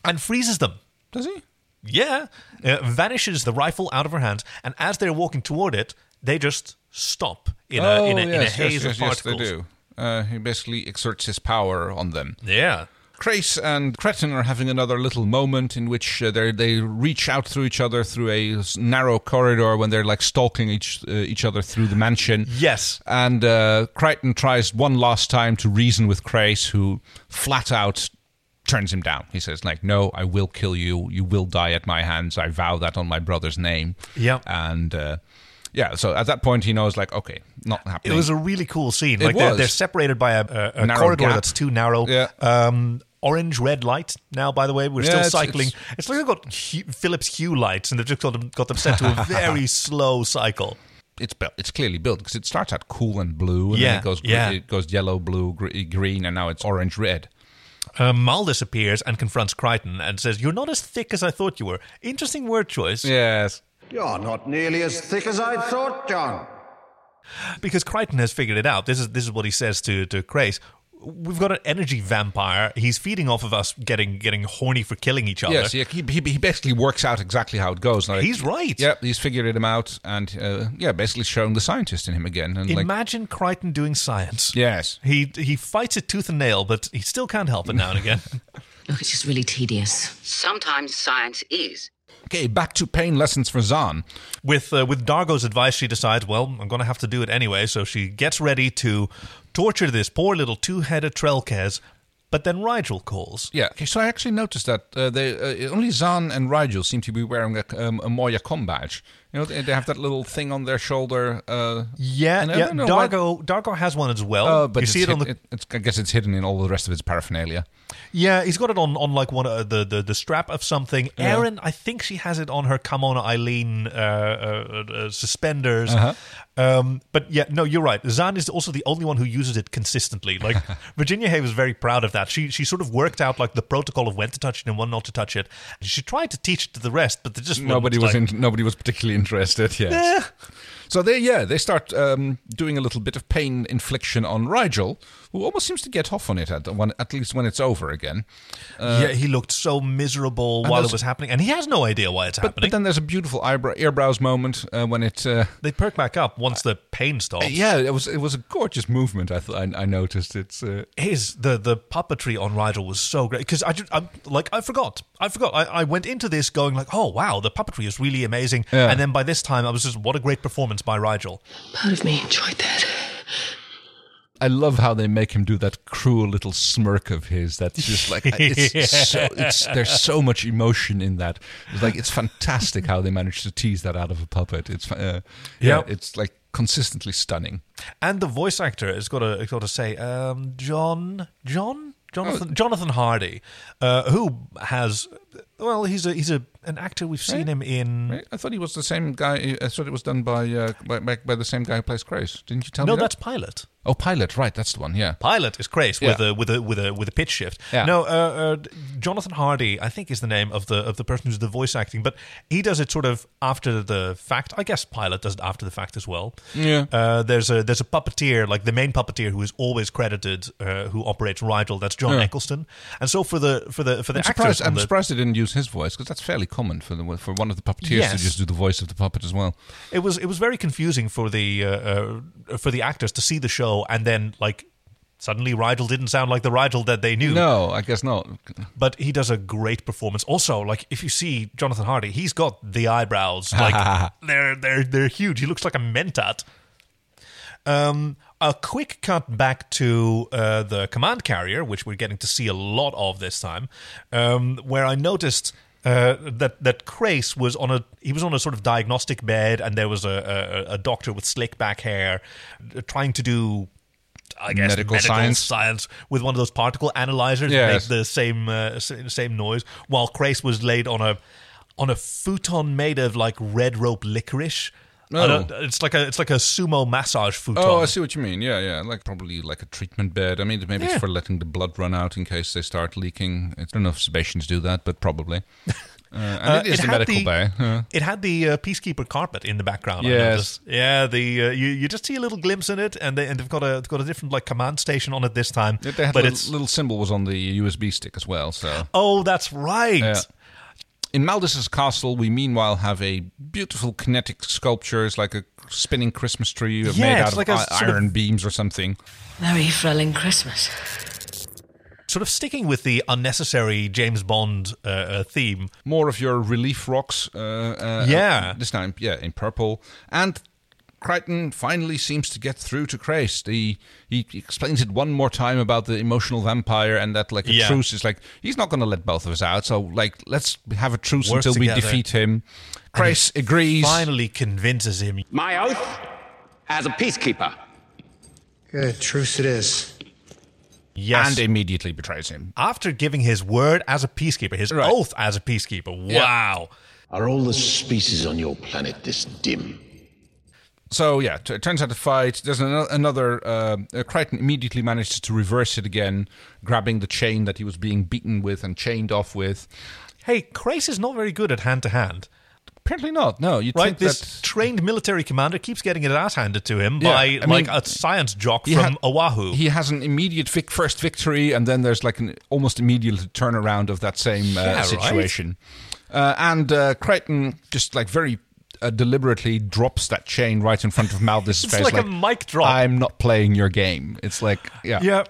and freezes them. Does he? Yeah. Uh, vanishes the rifle out of her hands, and as they're walking toward it, they just stop in a, Oh, in a, in a haze of particles. they do. Uh, he basically exerts his power on them. Yeah. Crace and Cretin are having another little moment in which uh, they they reach out through each other through a s- narrow corridor when they're like stalking each uh, each other through the mansion. Yes. And uh, Crichton tries one last time to reason with Crace, who flat out turns him down. He says, "Like, no, I will kill you. You will die at my hands. I vow that on my brother's name." Yeah. And uh, yeah, so at that point, he knows, like, okay, not happening. It was a really cool scene. It like They're, was. they're separated by a, a, a Narrow corridor gap. that's too narrow. Yeah. Um, orange red light now. By the way, we're Yeah, still it's- cycling. It's, like they've got Hue, Philips Hue lights, and they've just got them, got them set to a very slow cycle. It's built. It's clearly built because it starts out cool and blue, and Yeah, then it goes gre- yeah. it goes yellow, blue, gre- green, and now it's orange, red. Uh, Maldus appears and confronts Crichton and says, "You're not as thick as I thought you were." Interesting word choice. Yes. You're not nearly as thick as I thought, John. because Crichton has figured it out. This is this is what he says to to Crace. We've got an energy vampire. He's feeding off of us, getting getting horny for killing each other. Yes, yeah, he, he, he basically works out exactly how it goes. Like, He's right. Yeah, he's figured it out, and uh, yeah, basically showing the scientist in him again. And like, Imagine Crichton doing science. yes, He he fights it tooth and nail, but he still can't help it now and again. Look, it's just really tedious. Sometimes science is. okay, back to pain lessons for Zahn. with uh, with Dargo's advice, she decides, well, I'm going to have to do it anyway. So she gets ready to torture this poor little two headed Trelkes. But then Rigel calls. Yeah. Okay, so I actually noticed that uh, they uh, only Zahn and Rigel seem to be wearing a, um, a Moya com badge. You know, they, they have that little thing on their shoulder. Uh, Yeah, and I yeah. don't know why- Dargo Dargo has one as well. Oh, but you it's see it on the hid- it's, I guess it's hidden in all the rest of its paraphernalia. Yeah, he's got it on on like one uh, the, the the strap of something. Yeah. Erin, I think she has it on her Kamona Eileen uh, uh, uh, suspenders. Uh-huh. Um, but yeah, no, you're right. Zan is also the only one who uses it consistently. Like Virginia Hay was very proud of that. She she sort of worked out like the protocol of when to touch it and when not to touch it. She tried to teach it to the rest, but they just weren't, Nobody was like, in, nobody was particularly interested. Yes. So they yeah they start um, doing a little bit of pain infliction on Rigel, who almost seems to get off on it at the one at least when it's over again. yeah, he looked so miserable And while it there's- was happening, and he has no idea why it's But, happening. but then there's a beautiful eyebrow earbrows moment uh, when it. Uh, they perk back up once the pain stops. yeah, it was it was a gorgeous movement. I th- I, I noticed it's. Uh, his the the puppetry on Rigel was so great because I just I'm, like I forgot I forgot I, I went into this going like oh wow the puppetry is really amazing Yeah. and then by this time I was just what a great performance by Rigel Part of me enjoyed that. I love how they make him do that cruel little smirk of his. That's just like it's so, it's, there's so much emotion in that. It's like it's fantastic how they managed to tease that out of a puppet. It's fa- uh, yeah, Yep. it's like consistently stunning. and the voice actor has got to has got to say um, John John Jonathan Oh. Jonathan Hardy uh, who has well he's a he's a an actor we've seen him in Right? I thought he was the same guy. I thought it was done by uh, by, by, by the same guy who plays Grace. Didn't you tell no me? that? that's Pilot oh Pilot, right? That's the one. Yeah. Pilot is Crace with Yeah. a with a with a with a pitch shift. Yeah. No, uh, uh, Jonathan Hardy, I think, is the name of the of the person who's the voice acting, but he does it sort of after the fact. I guess Pilot does it after the fact as well. Yeah. Uh, there's a there's a puppeteer, like the main puppeteer, who is always credited, uh, who operates Rigel. That's John Yeah. Eccleston. And so for the for the for the I'm actors, surprised, on I'm the- surprised they didn't use his voice because that's fairly common for the for one of the puppeteers Yes. to just do the voice of the puppet as well. it was it was very confusing for the uh, uh, for the actors to see the show and then like. Suddenly, Rigel didn't sound like the Rigel that they knew. No, I guess not. but he does a great performance. Also, like if you see Jonathan Hardy, he's got the eyebrows like they're they're they're huge. He looks like a mentat. Um, a quick cut back to uh, the command carrier, which we're getting to see a lot of this time, um, where I noticed. Uh, that that Crace was on a he was on a sort of diagnostic bed, and there was a a, a doctor with slick back hair uh, trying to do, I guess, Medical science. science with one of those particle analyzers Yes. that make the same uh, s- same noise. While Crace was laid on a on a futon made of like red rope licorice. I don't- it's like a it's like a sumo massage futon. Oh, I see what you mean. Yeah, yeah. Like probably like a treatment bed. I mean, maybe Yeah. it's for letting the blood run out in case they start leaking. I don't know if Sebastians do that, but probably. Uh, and Uh, it is the had medical bay. yeah. It had the uh, peacekeeper carpet in the background. I Yes. noticed. yeah. The uh, you you just see a little glimpse in it, and, they, and they've got a they've got a different like command station on it this time. Yeah, they had but a it's little, little symbol was on the USB stick as well. So oh, that's right. Yeah. In Maldus's castle, we meanwhile have a beautiful kinetic sculpture. It's like a spinning Christmas tree made Yeah, it's out like a of i- sort of- iron beams or something. Merry Frelling Christmas. Sort of sticking with the unnecessary James Bond uh, uh, theme. More of your relief rocks. Uh, uh, Yeah. this time, yeah, in purple. And Crichton finally seems to get through to Christ. He he explains it one more time about the emotional vampire and that like a Yeah. truce is like he's not going to let both of us out. So like let's have a truce Work until we together. defeat him. Christ And he agrees. Finally convinces him. My oath as a peacekeeper. Good, truce it is. Yes. And immediately betrays him. After giving his word as a peacekeeper, his oath as a peacekeeper. Wow. Are all the species on your planet this dim? So yeah, t- it turns out to fight. There's an- another. Uh, uh, Crichton immediately manages to reverse it again, grabbing the chain that he was being beaten with and chained off with. Hey, Crace is not very good at hand to hand. Apparently not. No, you Right, think this that trained military commander keeps getting his ass handed to him Yeah, by I mean- like a science jock he from had- Oahu. he has an immediate vic- first victory, and then there's like an almost immediate turnaround of that same uh, Yeah, right. situation. Uh, and uh, Crichton just like very. Uh, deliberately drops that chain right in front of Maldus' It's face. like a mic drop. I'm not playing your game. It's like, yeah.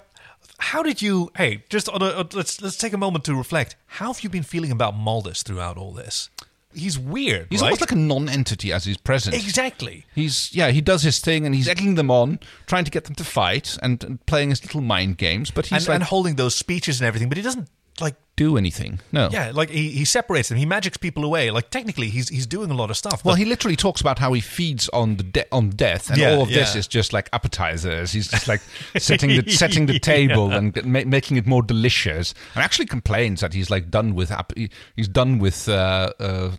How did you? Hey, just on a, uh, let's let's take a moment to reflect. How have you been feeling about Maldus throughout all this? He's weird. He's right? almost like a non-entity as he's present. exactly. He's yeah, he does his thing and he's egging them on, trying to get them to fight and, and playing his little mind games. But he's and, like, and holding those speeches and everything, but he doesn't like do anything. No. Yeah, like he, he separates them. He magics people away. Like technically, he's he's doing a lot of stuff. Well, but- he literally talks about how he feeds on the de- on death, and Yeah, all of this yeah. is just like appetizers. He's just like setting the setting the table Yeah. and get- ma- making it more delicious. And actually complains that he's like done with app- he- he's done with uh, uh,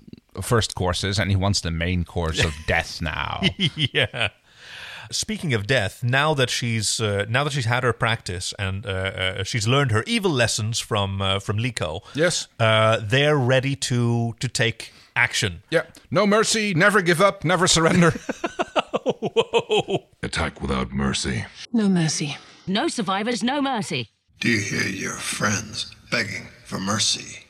first courses, and he wants the main course of death now. yeah. Speaking of death, now that she's uh, now that she's had her practice and uh, uh, she's learned her evil lessons from uh, from Liko, Yes. uh, they're ready to to take action. Yeah. No mercy, never give up, never surrender. Attack without mercy. No mercy. No survivors, no mercy. Do you hear your friends begging for mercy?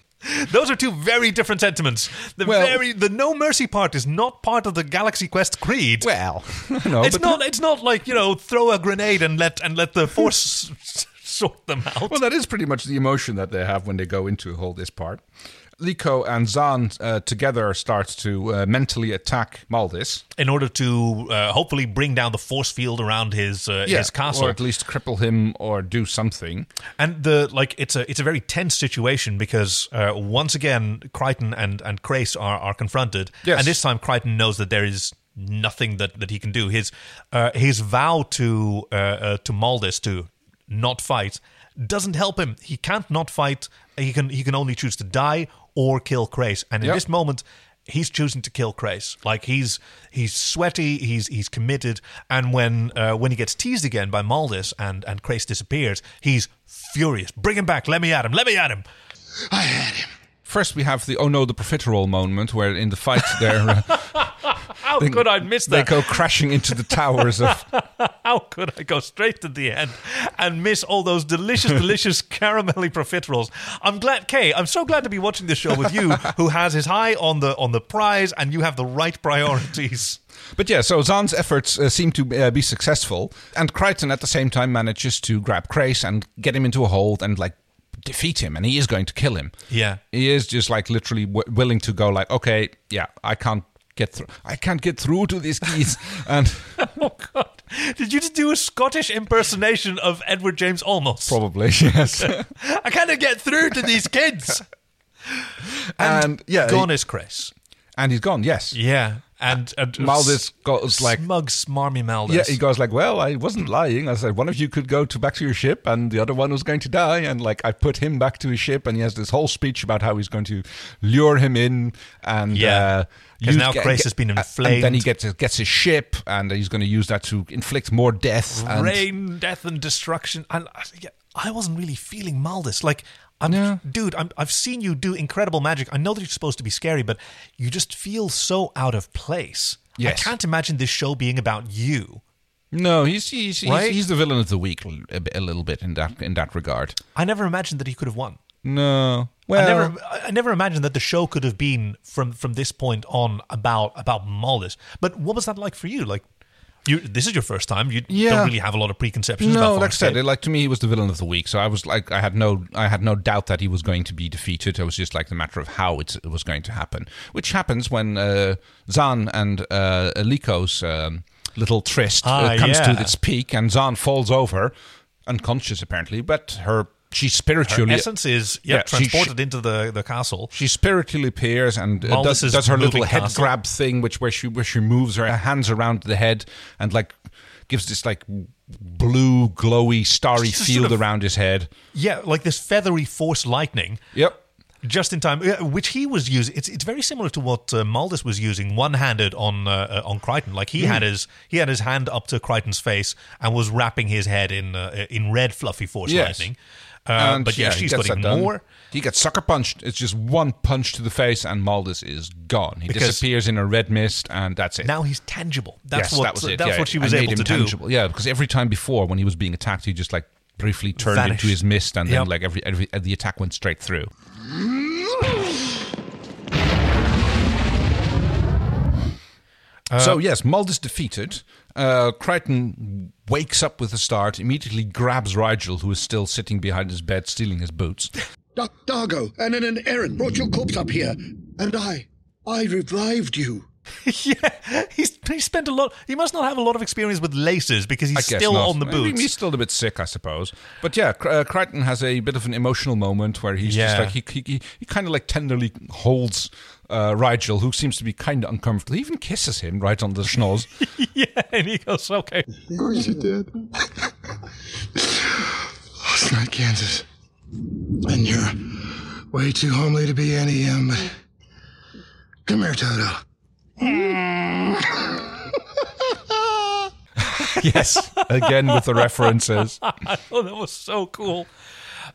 Those are two very different sentiments. The very the no mercy part is not part of the Galaxy Quest creed. Well, no, it's but- not. It's not like you know, throw a grenade and let and let the force s- sort them out. Well, that is pretty much the emotion that they have when they go into all this part. Liko and Zahn uh, together start to uh, mentally attack Maldis. in order to uh, hopefully bring down the force field around his uh, his castle. Or at least cripple him or do something. and the like, it's a it's a very tense situation because uh, once again, Crichton and and Crace are are confronted, Yes. and this time Crichton knows that there is nothing that, that he can do. His uh, his vow to uh, uh, to Maldus to not fight doesn't help him. He can't not fight. He can he can only choose to die or kill Crace, and in Yep. this moment. he's choosing to kill Crace. Like he's he's sweaty, he's he's committed, and when uh, when he gets teased again by Maldus and and Crace disappears, he's furious. Bring him back. Let me at him. Let me at him. First, we have the oh no, the profiterole moment where in the fight they're. Uh, How they- could I miss that? They go crashing into the towers of. How could I go straight to the end and miss all those delicious, delicious caramelly profiteroles? I'm glad, Kay. I'm so glad to be watching this show with you, who has his eye on the on the prize, and you have the right priorities. But yeah, so Zahn's efforts uh, seem to uh, be successful, and Crichton at the same time manages to grab Krace and get him into a hold and like defeat him, and he is going to kill him. Yeah. he is just like literally w- willing to go like okay yeah i can't get through i can't get through to these keys and Oh God! Did you just do a Scottish impersonation of Edward James Olmos? probably yes and, I can't get through to these kids. yeah Gone he- is Chris. and he's gone yes Uh, Yeah. And, and Maldis goes like smug, smarmy Maldis. Yeah, he goes like, "Well, I wasn't lying. I said one of you could go to back to your ship, and the other one was going to die. And like, I put him back to his ship, and he has this whole speech about how he's going to lure him in, and Yeah. uh, 'Cause use- now Grace has been and- inflamed. And then he gets gets his ship, and he's going to use that to inflict more death. and- rain, death, and destruction. And I- yeah, I wasn't really feeling Maldus. Like, I'm, dude, I'm, I've seen you do incredible magic. I know that you're supposed to be scary, but you just feel so out of place. Yes. I can't imagine this show being about you. no, he's he's, he's, Right? he's the villain of the week l- a, bit- a little bit in that in that regard. I never imagined that he could have won. No, I well, never, I- I never imagined that the show could have been from from this point on about about Maldus. But what was that like for you? Like, you this is your first time. You Yeah. don't really have a lot of preconceptions. No, about like I Farscape. said, it- like to me, he was the villain of the week. So I was like, I had no, I had no doubt that he was going to be defeated. It was just like the matter of how it, it was going to happen, which happens when uh, Zan and uh, Liko's um, little tryst Ah, uh, comes yeah. to its peak, and Zan falls over, unconscious apparently, but her she her spiritually essence is yeah, she- she- transported into the the castle. she spiritually appears and uh, does, Maldus's does her little moving head castle. grab thing, which where she where she moves her hands around the head and like gives this like blue, glowy, starry Just a field sort of- around his head. Yeah, like this feathery force lightning. Yep. Just in time, yeah, which he was using. It's, it's very similar to what uh, Maldus was using, one-handed on uh, uh, on Crichton. Like he Mm. had his he had his hand up to Crichton's face and was wrapping his head in uh, in red fluffy force Yes. lightning. Uh, And but yeah, he she's gets got that even done. more. He gets sucker punched. It's just one punch to the face, and Maldus is gone. He Because- disappears in a red mist, and that's it. Now he's tangible. That's Yes, what that was it. that's Yeah, what she I was made able him to tangible. Yeah, because every time before when he was being attacked, he just like briefly turned Vanished. into his mist, and Yep. then like every, every the attack went straight through. do. Uh, so yes, Maldus defeated. Uh, Crichton wakes up with a start, immediately grabs Rigel, who is still sitting behind his bed, stealing his boots. Dar- Dargo and an, an errand brought your corpse up here, and I, I revived you. yeah, he's he spent a lot. He must not have a lot of experience with laces because I he's guess still not. on the I mean, boots. he's still a bit sick, I suppose. But yeah, Cr- uh, Crichton has a bit of an emotional moment where he's Yeah. just like he he, he, he kind of like tenderly holds uh, Rigel, who seems to be kind of uncomfortable. He even kisses him right on the schnoz. yeah, and he goes, okay. Of course you did. Last night, Kansas. And you're way too homely to be any um. But come here, Toto. yes, again with the references. I thought Oh, that was so cool.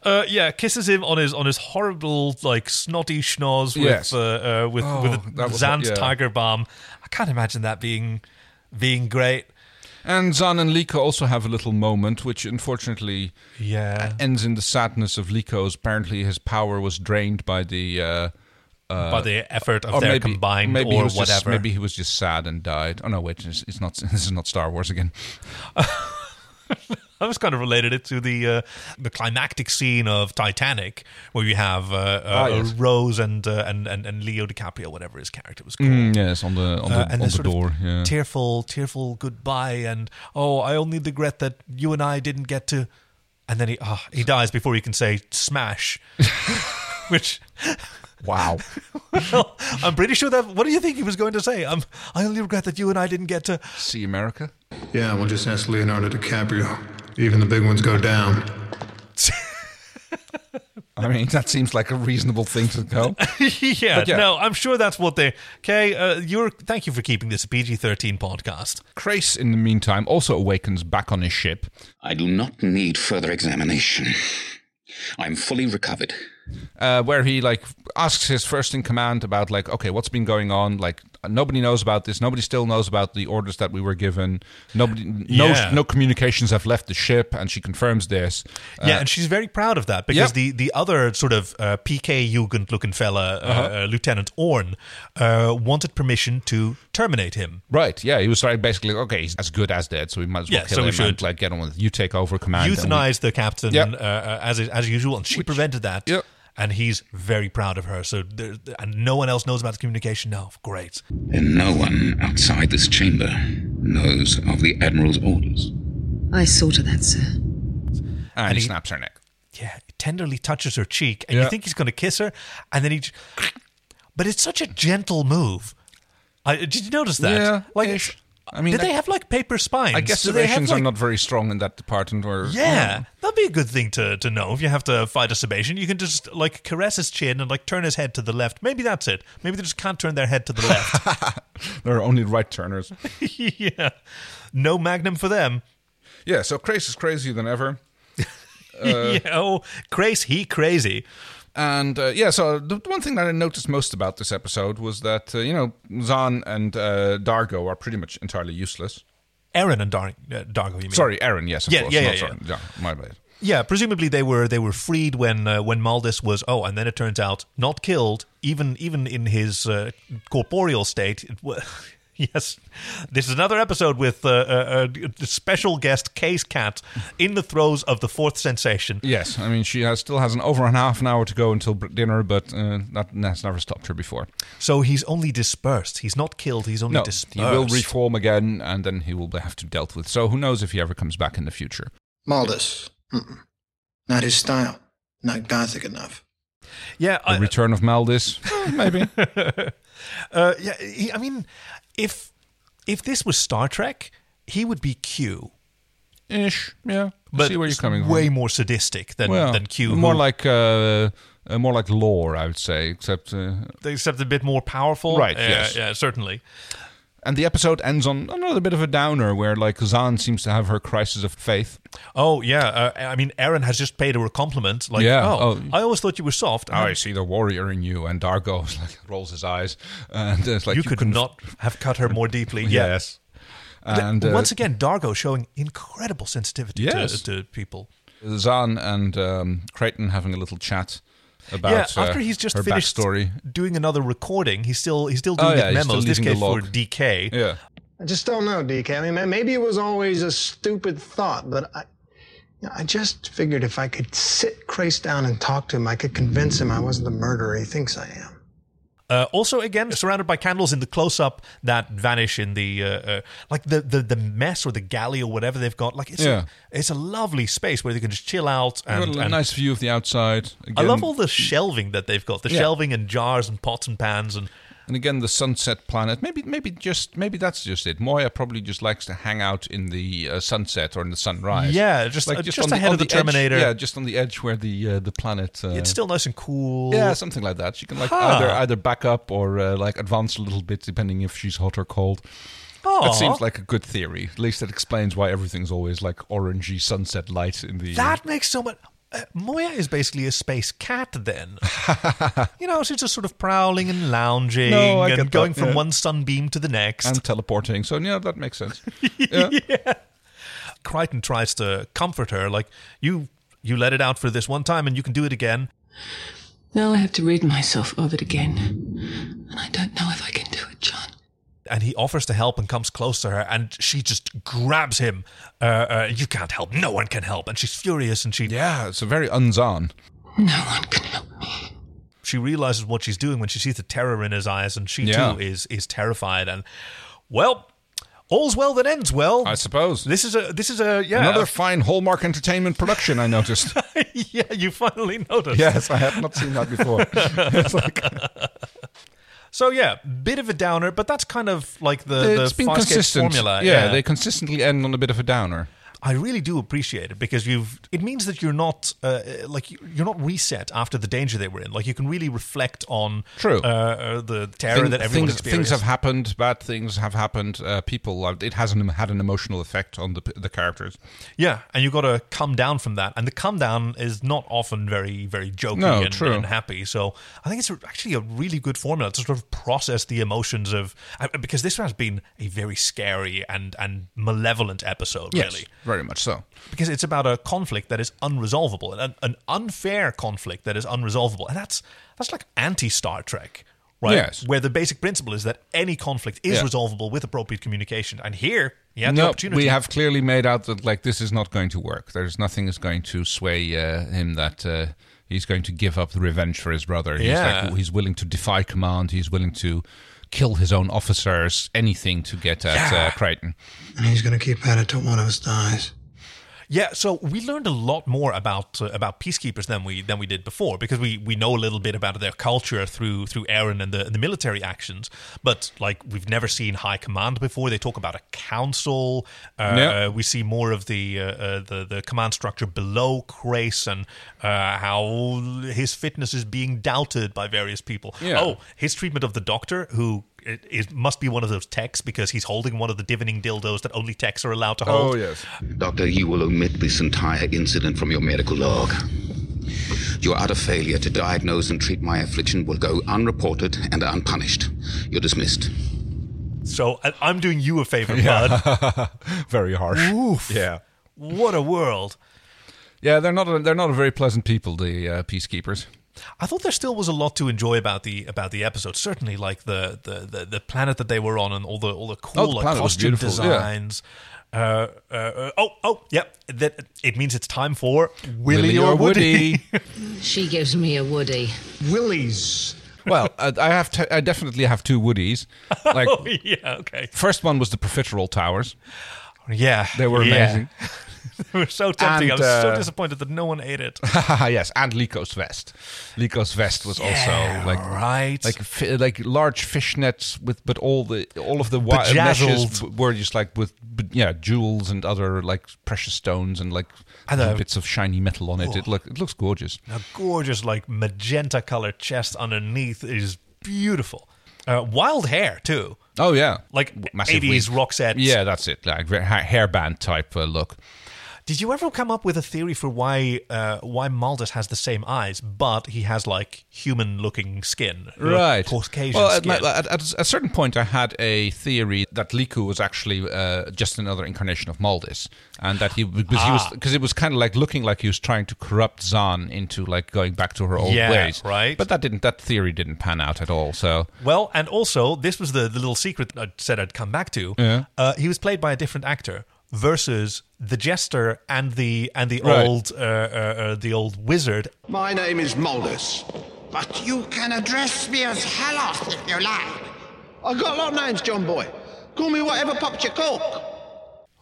Uh, yeah, kisses him on his on his horrible like snotty schnoz with Yes. uh, uh, with Oh, with that was- Zan's yeah. tiger balm. I can't imagine that being being great. And Zan and Liko also have a little moment, which unfortunately Yeah. ends in the sadness of Liko's. Apparently, his power was drained by the. Uh, uh, By the effort of or their combined maybe he or was just- whatever. maybe he was just sad and died. Oh no, wait, it's, it's not. This is not Star Wars again. I was kind of related it to the uh, the climactic scene of Titanic, where you have uh, uh, Ah, yes. Rose and, uh, and and and Leo DiCaprio, whatever his character was called. Mm, yes, on the on the, Uh, and on this the sort of door. Yeah. tearful, tearful goodbye, and oh, I only regret that you and I didn't get to. And then he ah, he dies before he can say smash, which. Wow. well, I'm pretty sure that. What do you think he was going to say? Um, I only regret that you and I didn't get to. See America. Yeah, we'll just ask Leonardo DiCaprio. Even the big ones go down. I mean, that seems like a reasonable thing to go. yeah, But yeah. no, I'm sure that's what they. Okay, uh, you're. Thank you for keeping this a PG-13 podcast. Crace, in the meantime, also awakens back on his ship. I do not need further examination. I'm fully recovered. uh, where he like asks his first in command about like okay what's been going on like nobody knows about this nobody still knows about the orders that we were given nobody Yeah. no no communications have left the ship and she confirms this Uh, yeah, and she's very proud of that because Yep. the, the other sort of uh, PK Jugend looking fella, uh, Uh-huh. uh, Lieutenant Orn, uh, wanted permission to terminate him. right yeah he was like basically okay he's as good as dead so we might as well Yeah, kill so him we and should- like get on with it. you take over command and we- Euthanize the captain Yep. uh, uh, as as usual, and she prevented that. And he's very proud of her. So there, and no one else knows about the communication now. Great. And no one outside this chamber knows of the Admiral's orders. I saw to that, sir. and, and he he- snaps her neck Yeah, tenderly touches her cheek, and you Yeah. think he's going to kiss her, and then he. j- But it's such a gentle move. I, did you notice that? Yeah, like, ish. I mean, did I- they have like paper spines? I guess Do the they have, Sebastians like- are not very strong in that department. Or Yeah, that'd be a good thing to, to know. If you have to fight a Sebastian, you can just like caress his chin and like turn his head to the left. Maybe that's it. Maybe they just can't turn their head to the left. there are only right turners. yeah, no magnum for them. Yeah, so Crace is crazier than ever. Yeah, oh, Crace, he crazy. And uh, yeah, so the the one thing that I noticed most about this episode was that, uh, you know, Zahn and uh, Dargo are pretty much entirely useless. Aaron and Dar- uh, Dargo, you mean? Sorry, Aaron, yes, of Yeah, course. yeah, not yeah, Zahn. yeah. my bad. Yeah, presumably they were they were freed when uh, when Maldus was oh, and then it turns out not killed even even in his uh, corporeal state. It wa- yes, this is another episode with uh, uh, uh, special guest Case Cat in the throes of the fourth sensation. Yes, I mean, she has, still has an over and a half an hour to go until br- dinner, but uh, that, that's never stopped her before. So he's only dispersed. He's not killed. He's only No, dispersed. he will reform again, and then he will have to dealt with. So who knows if he ever comes back in the future? Maldus. Mm-mm. Not his style. Not gothic enough. yeah, The return of Maldis. Maybe. uh, yeah, he, I mean, if if this was Star Trek, he would be Q. Ish. Yeah. I see where you're coming way from. more sadistic than Well, than Q. More who- like uh, uh, more like lore, I would say. Except, uh, except a bit more powerful. Right, Uh, yes. Yeah. Certainly. and the episode ends on another bit of a downer, where like Zahn seems to have her crisis of faith. Oh yeah. Uh, I mean, Aaron has just paid her a compliment. Like, Yeah, oh, oh. I always thought you were soft. I see the warrior in you, and Dargo is like rolls his eyes, and it's like you, could couldn't- not have cut her more deeply. Yeah. Yes. Th- And uh, once again, Dargo showing incredible sensitivity Yes. to, to people. Zahn and um, Creighton having a little chat about yeah, uh, after he's just her finished backstory. doing another recording, he's still he's still Oh, doing yeah, it he's memos. still This leaving case the for log. DK. Yeah. I just don't know, DK. I mean, ma- maybe it was always a stupid thought, but I, you know, I just figured if I could sit Crace down and talk to him, I could convince him I wasn't the murderer he thinks I am. Uh, also, again, surrounded by candles in the close-up that vanish in the uh, uh, like the, the the mess or the galley or whatever they've got. Like it's Yeah. a, it's a lovely space where they can just chill out Got and. a and- nice view of the outside. I Again, love all the shelving that they've got. The Yeah. shelving and jars and pots and pans and And again, the sunset planet. Maybe, maybe just maybe that's just it. Moya probably just likes to hang out in the uh, sunset or in the sunrise. Yeah, just- uh, just ahead of the edge- Terminator. yeah, just on the edge where the uh, the planet. Uh, it's still nice and cool. yeah, something like that. She can like Huh. either either back up or uh, like advance a little bit, depending if she's hot or cold. Aw. That seems like a good theory. At least that explains why everything's always like orangey sunset light in the. That makes so much. Uh, Moya is basically a space cat, then. you know, she's just sort of prowling and lounging No, I get and that, going from yeah. one sunbeam to the next. and teleporting. So yeah, that makes sense. Crichton tries to comfort her, like, you you let it out for this one time and you can do it again. Now I have to rid myself of it again. And I don't know if I can do it, John. And he offers to help and comes close to her, and she just grabs him. Uh, uh, you can't help. No one can help. And she's furious and she. Yeah, it's a very unzan. No one can help. She realizes what she's doing when she sees the terror in his eyes, and she Yeah. too is is terrified. And well, all's well that ends well. I suppose. This is a this is a yeah Another fine Hallmark Entertainment production I noticed. yeah you finally noticed yes, I have not seen that before. It's like- so yeah bit of a downer but that's kind of like the it's the been Farscape consistent. formula yeah, they consistently end on a bit of a downer. I really do appreciate it because you've it means that you're not uh, like you- you're not reset after the danger they were in like you can really reflect on True. uh, uh, the terror Thing- that everyone things, things experienced have happened. Bad things have happened. Uh, people. uh, It hasn't had an emotional effect on the the characters. yeah and you got to come down from that and the come down is not often very very jokey No, and, true. and happy so I think it's actually a really good formula to sort of process the emotions of uh, because this has been a very scary and and malevolent episode really Yes, very much so. because it's about a conflict that is unresolvable, an, an unfair conflict that is unresolvable, and that's that's like anti Star Trek, right? Yes. Where the basic principle is that any conflict is Yeah. resolvable with appropriate communication, and here you had the No, opportunity. we have clearly made out that like this is not going to work. There's nothing is going to sway uh, him that uh, he's going to give up the revenge for his brother. He's Yeah. like, he's willing to defy command. He's willing to kill his own officers. Anything to get at uh, Crichton. And he's going to keep at it till one of us dies. Yeah, so we learned a lot more about uh, about peacekeepers than we than we did before because we we know a little bit about their culture through through Aaron and the and the military actions, but like we've never seen high command before. They talk about a council. Uh, Yeah. uh, we see more of the uh, uh, the the command structure below Crace and uh, how his fitness is being doubted by various people. Yeah. Oh, his treatment of the doctor who. It, it must be one of those techs because he's holding one of the divining dildos that only techs are allowed to Oh, hold. Doctor, you will omit this entire incident from your medical log. Your utter failure to diagnose and treat my affliction will go unreported and unpunished. You're dismissed. So I, I'm doing you a favor, bud. Very harsh. Oof. Yeah. What a world. Yeah, they're not a, they're not a very pleasant people, the uh, peacekeepers. I thought there still was a lot to enjoy about the about the episode. Certainly, like the the, the, the planet that they were on and all the all the cool Oh, the like, planet was costume beautiful, yeah. designs. Uh, uh, uh, oh, oh, yep. That it means it's time for Willy, or Woody. She gives me a Woody. Willies. Well, I I have t- I definitely have two Woodies. Like oh, yeah. Okay. first one was the profiterole towers. Yeah, they were yeah. amazing. they were so tempting. And, I was so uh, disappointed that no one ate it. yes, and Lycos vest. Lycos vest was Yeah, also like right. like fi- like large fishnets with but all the all of the wi- Bedazzled. meshes were just like with but, yeah jewels and other like precious stones and like I know. bits of shiny metal on it. It Oh. look it looks gorgeous. A gorgeous, like magenta colored chest underneath is beautiful. Uh, wild hair too. Oh yeah, like massive eighties wig. rock sets. Yeah, that's it. Like very ha- hairband type uh, look. Did you ever come up with a theory for why uh, why Maldus has the same eyes, but he has like human looking skin, like, right Caucasian well at, skin? my, at, at a certain point i had a theory that liku was actually uh, just another incarnation of maldus and that he because he was Ah. because it was kind of like looking like he was trying to corrupt zan into like going back to her old Yeah, ways right. but that didn't that theory didn't pan out at all so well, and also this was the, the little secret I said I'd come back to. Yeah. Uh, he was played by a different actor versus the jester and the and the Right. old uh, uh, uh, the old wizard. My name is Moldus, but you can address me as Halos if you like. I got a lot of names, John Boy. Call me whatever pops your cork.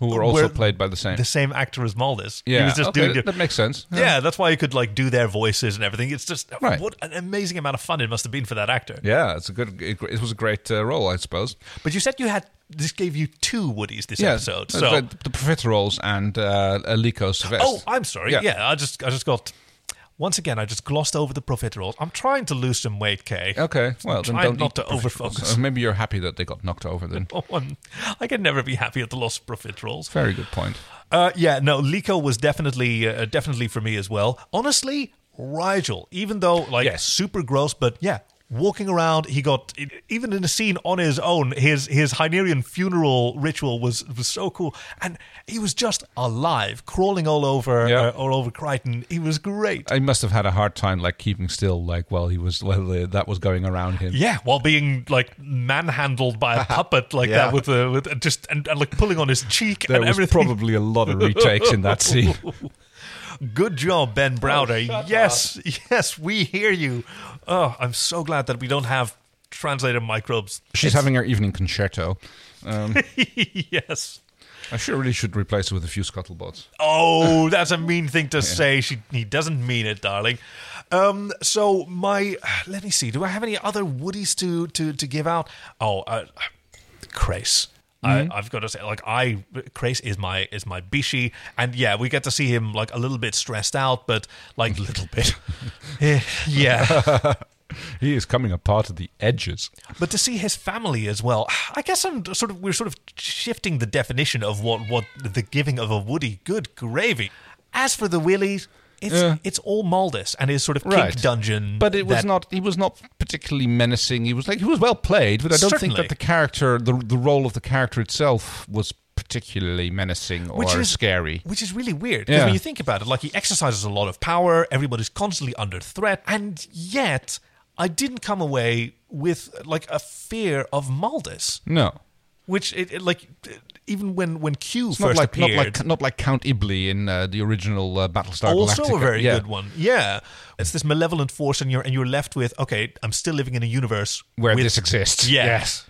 who were also Were- played by the same The same actor as Maldus. he Yeah, was just okay, doing that- that makes sense. Yeah. Yeah. that's why he could like do their voices and everything. It's just Right. what an amazing amount of fun it must have been for that actor. yeah it's a good it, it was a great uh, role i suppose But you said you had this gave you two Woodies this episode. that's So right, Uh, the profiteroles and uh, Lyco's vest. oh, I'm sorry. Yeah. I just I just got once again I just glossed over the profiteroles. I'm trying to lose some weight, Kay. Okay, well, then trying don't not eat to profiteroles. overfocus. Uh, Maybe you're happy that they got knocked over then. Oh, I'm- I can never be happy at the loss of profiteroles. Very good point. Uh, yeah, no, Lico was definitely uh, definitely for me as well. Honestly, Rigel, even though like super gross, but yeah, walking around, he got e, even in a scene on his own. His his Hynerian funeral ritual was was so cool, and he was just alive, crawling all over Yeah. uh, all over Crichton. He was great. I must have had a hard time like keeping still, like while he was while uh, that was going around him. Yeah, while being like manhandled by a puppet like Yeah. that with a with a- just and, and like pulling on his cheek There and was everything. Oh, probably a lot of retakes in that scene. Good job, Ben Browder. yes, yes, we hear you. Oh, I'm so glad that we don't have translator microbes. She's It's- having her evening concerto. Um, yes. I sure really should replace her with a few scuttlebots. Oh, that's a mean thing to say. She he doesn't mean it, darling. Um, so my let me see. Do I have any other woodies to to to give out? Oh, uh, Crace. Mhm. I, I've got to say, like I, Crace is my is my bishi, and yeah, we get to see him like a little bit stressed out, but like a little bit, Eh, yeah. he is coming apart at the edges. But to see his family as well, I guess I'm sort of we're sort of shifting the definition of what what the giving of a Woody. Good gravy. As for the Willies, it's Yeah. it's all Maldus and his sort of Right. kink dungeon. But it was that- not. He was not particularly menacing. He was like he was well played, but I don't think Certainly. that the character, the the role of the character itself, was particularly menacing or Which is- scary. Which is really weird because Yeah. when you think about it, like he exercises a lot of power, everybody's constantly under threat, and yet I didn't come away with like a fear of Maldus, No, which it, it, like even when when Q it's not first like appeared, not like not like Count Ibley in uh, the original uh, Battlestar also Galactica. a very Yeah. good one. Yeah, it's this malevolent force, and you're and you're left with okay, I'm still living in a universe where with- this exists. Yeah. Yes.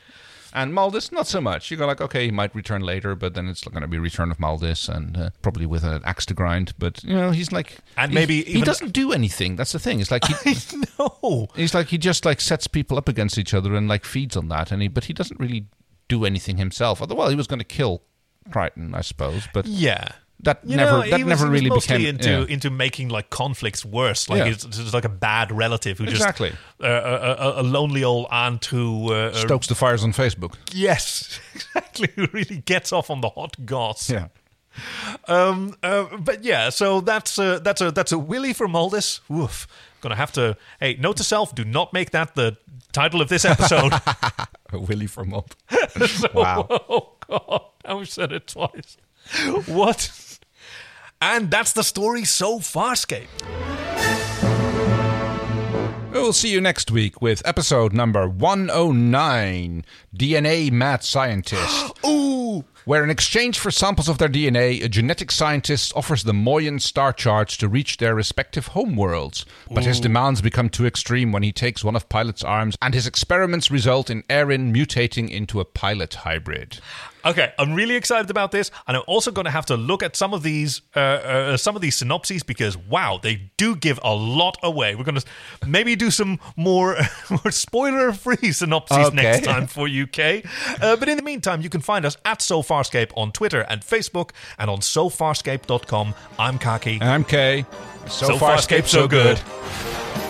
And Maldus, not so much. You go like, okay, he might return later, but then it's going to be return of Maldus and uh, probably with an axe to grind. But you know, he's like, And he- maybe he even- doesn't do anything. That's the thing. It's like he, no, he's like he just like sets people up against each other and like feeds on that. And he, but he doesn't really do anything himself. Although, well, he was going to kill Crichton, I suppose. But Yeah. that You never know, that he was- never he was really mostly became into yeah. into making like conflicts worse. Like Yeah. it's, it's like a bad relative who Exactly. just uh, a, a, a lonely old aunt who uh, stokes the fires on Facebook. Yes, exactly. Who really gets off on the hot goss? Yeah. Um. Uh, but yeah. So that's a, that's a that's a Willy from Aldis. Woof. Gonna have to. Hey, note to self: do not make that the title of this episode. A Willy from up. wow. Oh God, I've said it twice. what? And that's the story so far, Scape. We'll see you next week with episode number 109 DNA Mad Scientist. Ooh! Where, in exchange for samples of their DNA, a genetic scientist offers the Moyen star charts to reach their respective homeworlds. But his Ooh. demands become too extreme when he takes one of Pilot's arms, and his experiments result in Erin mutating into a pilot hybrid. Okay, I'm really excited about this, and I'm also going to have to look at some of these uh, uh, some of these synopses because wow, they do give a lot away. We're going to maybe do some more, more spoiler free synopses Okay. next time for UK. Uh, but in the meantime, you can find us at SoFarscape on Twitter and Facebook, and on SoFarscape.com. I'm Kaki. I'm Kay. So, far, Scape's Scape's so good. good.